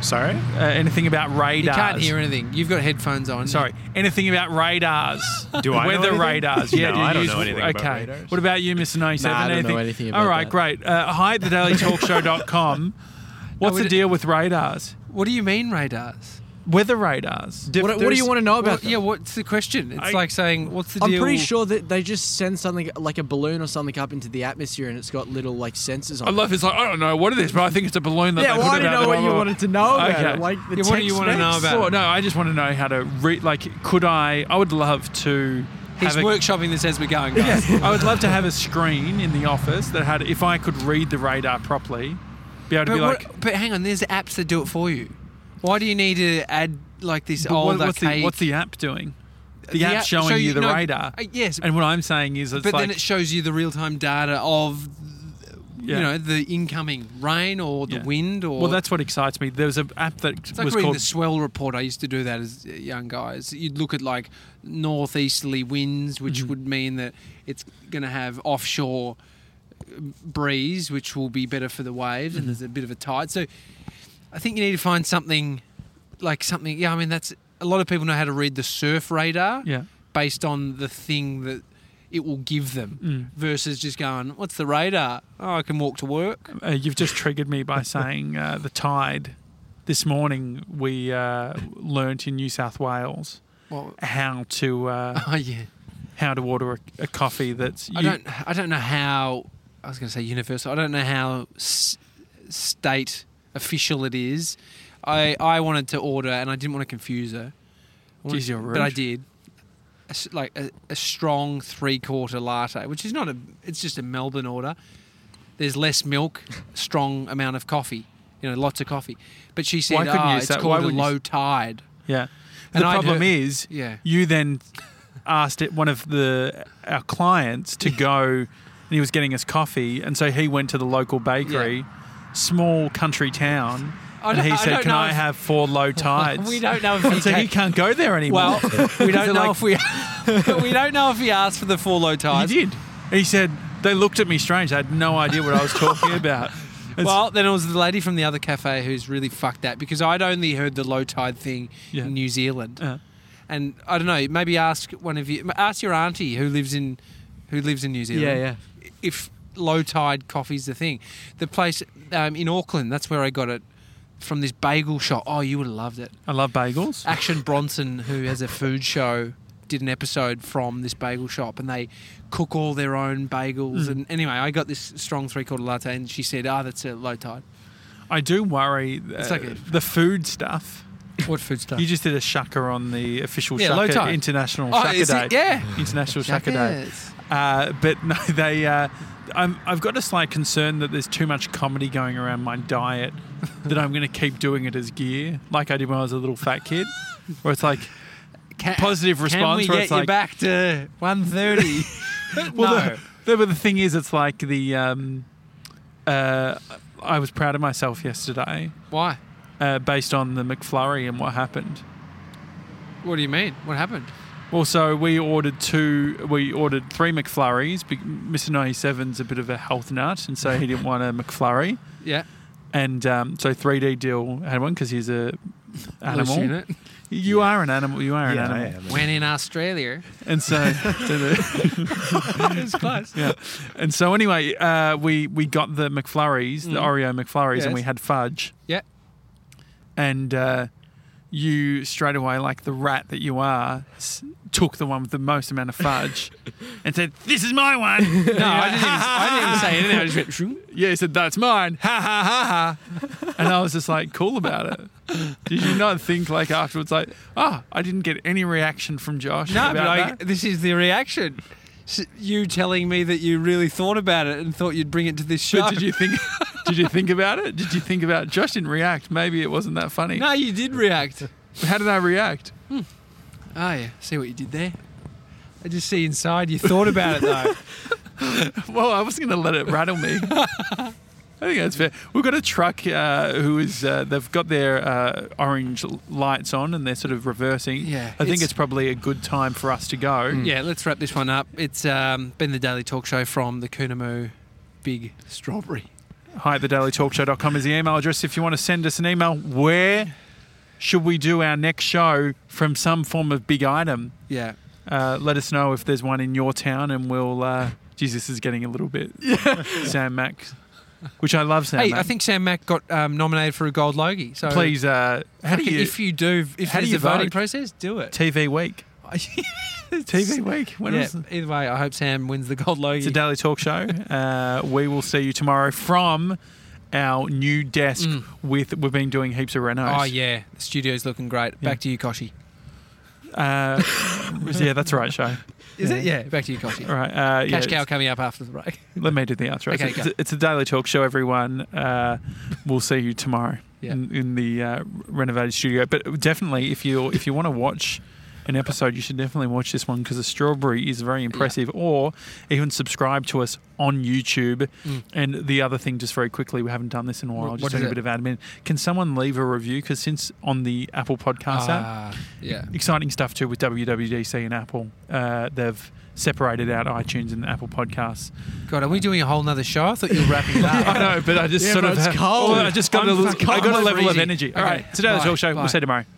[SPEAKER 3] Sorry?
[SPEAKER 1] Uh, anything about radars?
[SPEAKER 2] You can't hear anything. You've got headphones on.
[SPEAKER 1] Sorry, anything about radars? [LAUGHS]
[SPEAKER 3] Do I know
[SPEAKER 1] Weather
[SPEAKER 3] anything?
[SPEAKER 1] radars? Yeah,
[SPEAKER 3] No,
[SPEAKER 1] you
[SPEAKER 3] I don't
[SPEAKER 1] use-
[SPEAKER 3] know anything about
[SPEAKER 1] okay.
[SPEAKER 3] radars.
[SPEAKER 1] What about you, Mr. 97?
[SPEAKER 4] Nah, I don't know anything about
[SPEAKER 1] All right,
[SPEAKER 4] that.
[SPEAKER 1] great. Uh, hi at [LAUGHS] thedailytalkshow.com. What's
[SPEAKER 2] we
[SPEAKER 1] the
[SPEAKER 2] d-
[SPEAKER 1] deal with radars?
[SPEAKER 2] What do you mean radars?
[SPEAKER 1] Weather radars.
[SPEAKER 4] What, what do you want to know
[SPEAKER 2] Well,
[SPEAKER 4] about? them?
[SPEAKER 2] yeah, what's the question? It's
[SPEAKER 1] I-
[SPEAKER 2] like saying, what's the
[SPEAKER 4] I'm
[SPEAKER 2] deal?
[SPEAKER 4] pretty sure that they just send something like a balloon or something up into the atmosphere, and it's got little like sensors on.
[SPEAKER 1] I love it's like I don't know what it is, but I think it's a balloon that
[SPEAKER 4] it. Yeah,
[SPEAKER 1] they
[SPEAKER 4] well,
[SPEAKER 1] put
[SPEAKER 4] I didn't
[SPEAKER 1] about
[SPEAKER 4] know
[SPEAKER 1] the-
[SPEAKER 4] what you
[SPEAKER 1] blah,
[SPEAKER 4] wanted to know about
[SPEAKER 1] Okay.
[SPEAKER 4] it. Like the
[SPEAKER 2] Yeah, what do you wanna know
[SPEAKER 4] Tex-Mex.
[SPEAKER 2] about
[SPEAKER 1] blah, blah. no, I just want to know how to read. Like, could I? I would love to.
[SPEAKER 2] He's
[SPEAKER 1] have a,
[SPEAKER 2] workshopping this as we're going, guys.
[SPEAKER 1] [LAUGHS] I would love to have a screen in the office that had, if I could read the radar properly, be able to
[SPEAKER 2] But,
[SPEAKER 1] be
[SPEAKER 2] what-
[SPEAKER 1] like,
[SPEAKER 2] but hang on, there's apps that do it for you. Why do you need to add like this
[SPEAKER 1] But
[SPEAKER 2] old
[SPEAKER 1] what- what's, the,
[SPEAKER 2] archaic-
[SPEAKER 1] what's the app doing? The,
[SPEAKER 2] Oh, The
[SPEAKER 1] app's
[SPEAKER 2] app-
[SPEAKER 1] showing
[SPEAKER 2] so
[SPEAKER 1] you
[SPEAKER 2] you
[SPEAKER 1] the
[SPEAKER 2] know-
[SPEAKER 1] radar.
[SPEAKER 2] uh, yes.
[SPEAKER 1] And what I'm saying is, it's
[SPEAKER 2] But
[SPEAKER 1] like,
[SPEAKER 2] then it shows you the real-time data of,
[SPEAKER 1] yeah.
[SPEAKER 2] you know, the incoming rain or the
[SPEAKER 1] Yeah.
[SPEAKER 2] wind or.
[SPEAKER 1] well, that's what excites me. There was an app that
[SPEAKER 2] It's like
[SPEAKER 1] was
[SPEAKER 2] reading
[SPEAKER 1] called
[SPEAKER 2] the swell report. I used to do that as a young guys. You'd look at like northeasterly winds,
[SPEAKER 1] Mm-hmm.
[SPEAKER 2] which would mean that it's going to have offshore um, breeze, which will be better for the waves,
[SPEAKER 1] Mm-hmm.
[SPEAKER 2] and there's a bit of a tide. So I think you need to find something like something. Yeah, I mean that's a lot of people know how to read the surf radar
[SPEAKER 1] Yeah.
[SPEAKER 2] based on the thing that it will give them
[SPEAKER 1] Mm.
[SPEAKER 2] versus just going, what's the radar? Oh, I can walk to work.
[SPEAKER 1] Uh, you've just triggered me by saying uh, the tide. This morning we uh, learnt in New South Wales
[SPEAKER 2] Well,
[SPEAKER 1] how to uh,
[SPEAKER 2] [LAUGHS] oh yeah.
[SPEAKER 1] how to order a, a coffee that's
[SPEAKER 2] I
[SPEAKER 1] you-
[SPEAKER 2] don't. I don't know how. I was going to say universal. I don't know how s- state official it is. I I wanted to order and I didn't want to confuse her. I wanted-
[SPEAKER 1] Jeez, you're rude.
[SPEAKER 2] but I did. A s like a, a strong three quarter latte, which is not a. It's just a Melbourne order. There's less milk, strong amount of coffee. You know, lots of coffee. But she said,
[SPEAKER 1] Why couldn't
[SPEAKER 2] "Ah,
[SPEAKER 1] you
[SPEAKER 2] it's
[SPEAKER 1] say- why
[SPEAKER 2] called a
[SPEAKER 1] wouldn't you
[SPEAKER 2] low tide."
[SPEAKER 1] yeah.
[SPEAKER 2] And
[SPEAKER 1] the
[SPEAKER 2] I'd
[SPEAKER 1] problem
[SPEAKER 2] heard-
[SPEAKER 1] is
[SPEAKER 2] Yeah.
[SPEAKER 1] you then asked it, one of the our clients to go and he was getting us coffee and so he went to the local bakery small country town
[SPEAKER 2] I
[SPEAKER 1] and
[SPEAKER 2] don't-
[SPEAKER 1] he
[SPEAKER 2] I
[SPEAKER 1] said
[SPEAKER 2] don't
[SPEAKER 1] can
[SPEAKER 2] know
[SPEAKER 1] i
[SPEAKER 2] if-
[SPEAKER 1] have four low tides
[SPEAKER 2] [LAUGHS] We
[SPEAKER 1] [LAUGHS]
[SPEAKER 2] don't know if he
[SPEAKER 1] so
[SPEAKER 2] ca-
[SPEAKER 1] he can't go there anymore [LAUGHS]
[SPEAKER 2] Well, we
[SPEAKER 1] Is
[SPEAKER 2] don't
[SPEAKER 1] it
[SPEAKER 2] know
[SPEAKER 1] like-
[SPEAKER 2] if we we [LAUGHS] don't know if he asked for the full low
[SPEAKER 1] he
[SPEAKER 2] tide.
[SPEAKER 1] did he said they looked at me strange they had no idea what i was
[SPEAKER 2] [LAUGHS]
[SPEAKER 1] talking about It's-
[SPEAKER 2] Well, then it was the lady from the other cafe who's really fucked that because I'd only heard the low tide thing
[SPEAKER 1] Yeah.
[SPEAKER 2] in New Zealand,
[SPEAKER 1] uh,
[SPEAKER 2] and I don't know. Maybe ask one of you, ask your auntie who lives in who lives in New Zealand.
[SPEAKER 4] Yeah, yeah.
[SPEAKER 2] if low tide coffee's the thing. The place um, in Auckland, that's where I got it from this bagel shop. Oh, you would have loved it.
[SPEAKER 1] i love bagels [LAUGHS]
[SPEAKER 2] Action Bronson, who has a food show, did an episode from this bagel shop, and they cook all their own bagels.
[SPEAKER 1] Hmm.
[SPEAKER 2] And anyway, I got this strong three quarter latte, and she said, "Ah, that's a low tide."
[SPEAKER 1] i do worry uh,
[SPEAKER 2] It's okay.
[SPEAKER 1] the food stuff
[SPEAKER 2] What food stuff?
[SPEAKER 1] you just did a shucker on the official
[SPEAKER 2] Yeah, low
[SPEAKER 1] shucker-
[SPEAKER 2] tide.
[SPEAKER 1] international
[SPEAKER 2] Oh,
[SPEAKER 1] shucker
[SPEAKER 2] is
[SPEAKER 1] day
[SPEAKER 2] it? Yeah.
[SPEAKER 1] international shucker day Uh, but no, [LAUGHS] they. Uh, I'm, I've got a slight concern that there's too much comedy going around my diet that I'm going to keep doing it as gear, like I did when I was a little fat kid, where it's like,
[SPEAKER 2] Can,
[SPEAKER 1] Positive response
[SPEAKER 2] Can we
[SPEAKER 1] where
[SPEAKER 2] get
[SPEAKER 1] it's
[SPEAKER 2] you
[SPEAKER 1] like-
[SPEAKER 2] back to one [LAUGHS] thirty?
[SPEAKER 1] well,
[SPEAKER 2] no.
[SPEAKER 1] the, the, but the thing is, it's like the. Um, uh, I was proud of myself yesterday,
[SPEAKER 2] Why?
[SPEAKER 1] uh, based on the McFlurry and what happened.
[SPEAKER 2] What do you mean? What happened?
[SPEAKER 1] Well, so we ordered two. We ordered three McFlurries. be- Mr. 97's a bit of a health nut, and so he didn't
[SPEAKER 3] [LAUGHS]
[SPEAKER 1] want a McFlurry.
[SPEAKER 2] Yeah.
[SPEAKER 1] And um, so 3D Dill had one because he's a
[SPEAKER 2] loose
[SPEAKER 1] animal.
[SPEAKER 2] unit.
[SPEAKER 1] You are an animal. You are
[SPEAKER 3] yeah,
[SPEAKER 1] an
[SPEAKER 3] I
[SPEAKER 1] animal.
[SPEAKER 3] am.
[SPEAKER 2] When in [LAUGHS] Australia,
[SPEAKER 1] And
[SPEAKER 3] [LAUGHS]
[SPEAKER 1] so, so the-
[SPEAKER 2] it's close.
[SPEAKER 1] yeah. And so anyway, uh, we we got the McFlurries, the
[SPEAKER 2] Mm.
[SPEAKER 1] Oreo McFlurries, and
[SPEAKER 2] Yes.
[SPEAKER 1] we had fudge.
[SPEAKER 2] Yeah.
[SPEAKER 1] And uh, you straight away, like the rat that you are, s- took the one with the most amount of
[SPEAKER 2] [LAUGHS]
[SPEAKER 1] fudge, and said, "This is my one."
[SPEAKER 2] No, I didn't. Even, I didn't even
[SPEAKER 1] [LAUGHS]
[SPEAKER 2] say anything. I just went. "Shroom."
[SPEAKER 1] Yeah, he said, That's
[SPEAKER 2] [LAUGHS]
[SPEAKER 1] mine. Ha ha ha ha. And I was just like, cool about it. Did you not think like afterwards, like, oh, I didn't get any reaction from Josh?
[SPEAKER 2] No,
[SPEAKER 1] about
[SPEAKER 2] but I,
[SPEAKER 1] that?"
[SPEAKER 2] this is the reaction. S- You telling me that you really thought about it and thought you'd bring it to this show.
[SPEAKER 1] But did
[SPEAKER 2] [LAUGHS]
[SPEAKER 1] you think [LAUGHS] did you think about it? Did you think about Josh didn't react. Maybe it wasn't that funny.
[SPEAKER 2] No, you did react.
[SPEAKER 1] How did I react?
[SPEAKER 2] Oh yeah, see what you did there. I just see inside [LAUGHS] you thought about it though.
[SPEAKER 1] Well, I wasn't gonna let it rattle
[SPEAKER 2] [LAUGHS]
[SPEAKER 1] me. I think that's fair. We've got a truck uh, who is, uh, they've got their uh, orange l- lights on and they're sort of reversing.
[SPEAKER 2] Yeah,
[SPEAKER 1] I think it's,
[SPEAKER 2] it's- Mm.
[SPEAKER 1] probably a good time for us to go.
[SPEAKER 2] yeah, let's wrap this one up. It's um, been the daily talk show from the Coonamoo Big Strawberry.
[SPEAKER 1] Hi at thedailytalkshow.com is the email address. If you want to send us an email, where should we do our next show from some form of big item?
[SPEAKER 2] Yeah.
[SPEAKER 1] Uh, let us know if there's one in your town and we'll. Uh, geez, this is getting a little
[SPEAKER 2] [LAUGHS]
[SPEAKER 1] bit Sam Mac, which I love Sam
[SPEAKER 2] hey,
[SPEAKER 1] Mac.
[SPEAKER 2] I think Sam Mack got um, nominated for a Gold Logie. So
[SPEAKER 1] Please, uh, how do you.
[SPEAKER 2] if you do, if
[SPEAKER 1] how do
[SPEAKER 2] there's
[SPEAKER 1] you
[SPEAKER 2] a voting
[SPEAKER 1] vote?
[SPEAKER 2] process, do it.
[SPEAKER 1] TV Week.
[SPEAKER 2] [LAUGHS]
[SPEAKER 1] TV Week. When
[SPEAKER 2] yeah,
[SPEAKER 1] is it?
[SPEAKER 2] either way, I hope Sam wins the Gold Logie.
[SPEAKER 1] It's a daily talk show. Uh, we will see you tomorrow from our new desk
[SPEAKER 2] Mm.
[SPEAKER 1] with. We've been doing heaps of renos.
[SPEAKER 2] Oh yeah, the studio's looking great.
[SPEAKER 1] Yeah.
[SPEAKER 2] Back to you, Koshi.
[SPEAKER 1] Uh, [LAUGHS] yeah, that's right, show.
[SPEAKER 2] Is it? Yeah, back to you, Koshi.
[SPEAKER 1] All right. Uh, yeah,
[SPEAKER 2] Cash
[SPEAKER 1] it's-
[SPEAKER 2] cow coming up after the break.
[SPEAKER 1] Let me do the outro.
[SPEAKER 2] Okay,
[SPEAKER 1] it's,
[SPEAKER 2] go.
[SPEAKER 1] it's- it's a daily talk show, everyone. Uh, we'll see you tomorrow
[SPEAKER 2] Yeah.
[SPEAKER 1] in, in the uh, renovated studio. But definitely, if you if you want to watch an episode, you should definitely watch this one because the strawberry is very impressive. Or even subscribe to us on YouTube.
[SPEAKER 2] Mm.
[SPEAKER 1] And the other thing, just very quickly, we haven't done this in a while.
[SPEAKER 2] Wh-
[SPEAKER 1] just
[SPEAKER 2] what
[SPEAKER 1] doing a
[SPEAKER 2] is
[SPEAKER 1] bit of admin. Can someone leave a review? Because since on the Apple Podcast app,
[SPEAKER 2] Ah, yeah.
[SPEAKER 1] exciting stuff too with WWDC and Apple. Uh, they've separated out iTunes and Apple Podcasts.
[SPEAKER 2] God, are we doing a whole nother show? I thought you were wrapping it
[SPEAKER 1] [LAUGHS]
[SPEAKER 2] up.
[SPEAKER 1] I know, but I just
[SPEAKER 4] Yeah,
[SPEAKER 1] sort
[SPEAKER 4] but
[SPEAKER 1] of
[SPEAKER 4] it's
[SPEAKER 1] have-
[SPEAKER 4] cold.
[SPEAKER 1] Well, I just got
[SPEAKER 2] I'm
[SPEAKER 1] a little,
[SPEAKER 2] fucking-
[SPEAKER 1] I got a
[SPEAKER 2] I'm
[SPEAKER 1] level of
[SPEAKER 2] freezing.
[SPEAKER 1] energy. All
[SPEAKER 2] Okay,
[SPEAKER 1] right, today the
[SPEAKER 2] bye,
[SPEAKER 1] talk show.
[SPEAKER 2] bye.
[SPEAKER 1] We'll see you tomorrow.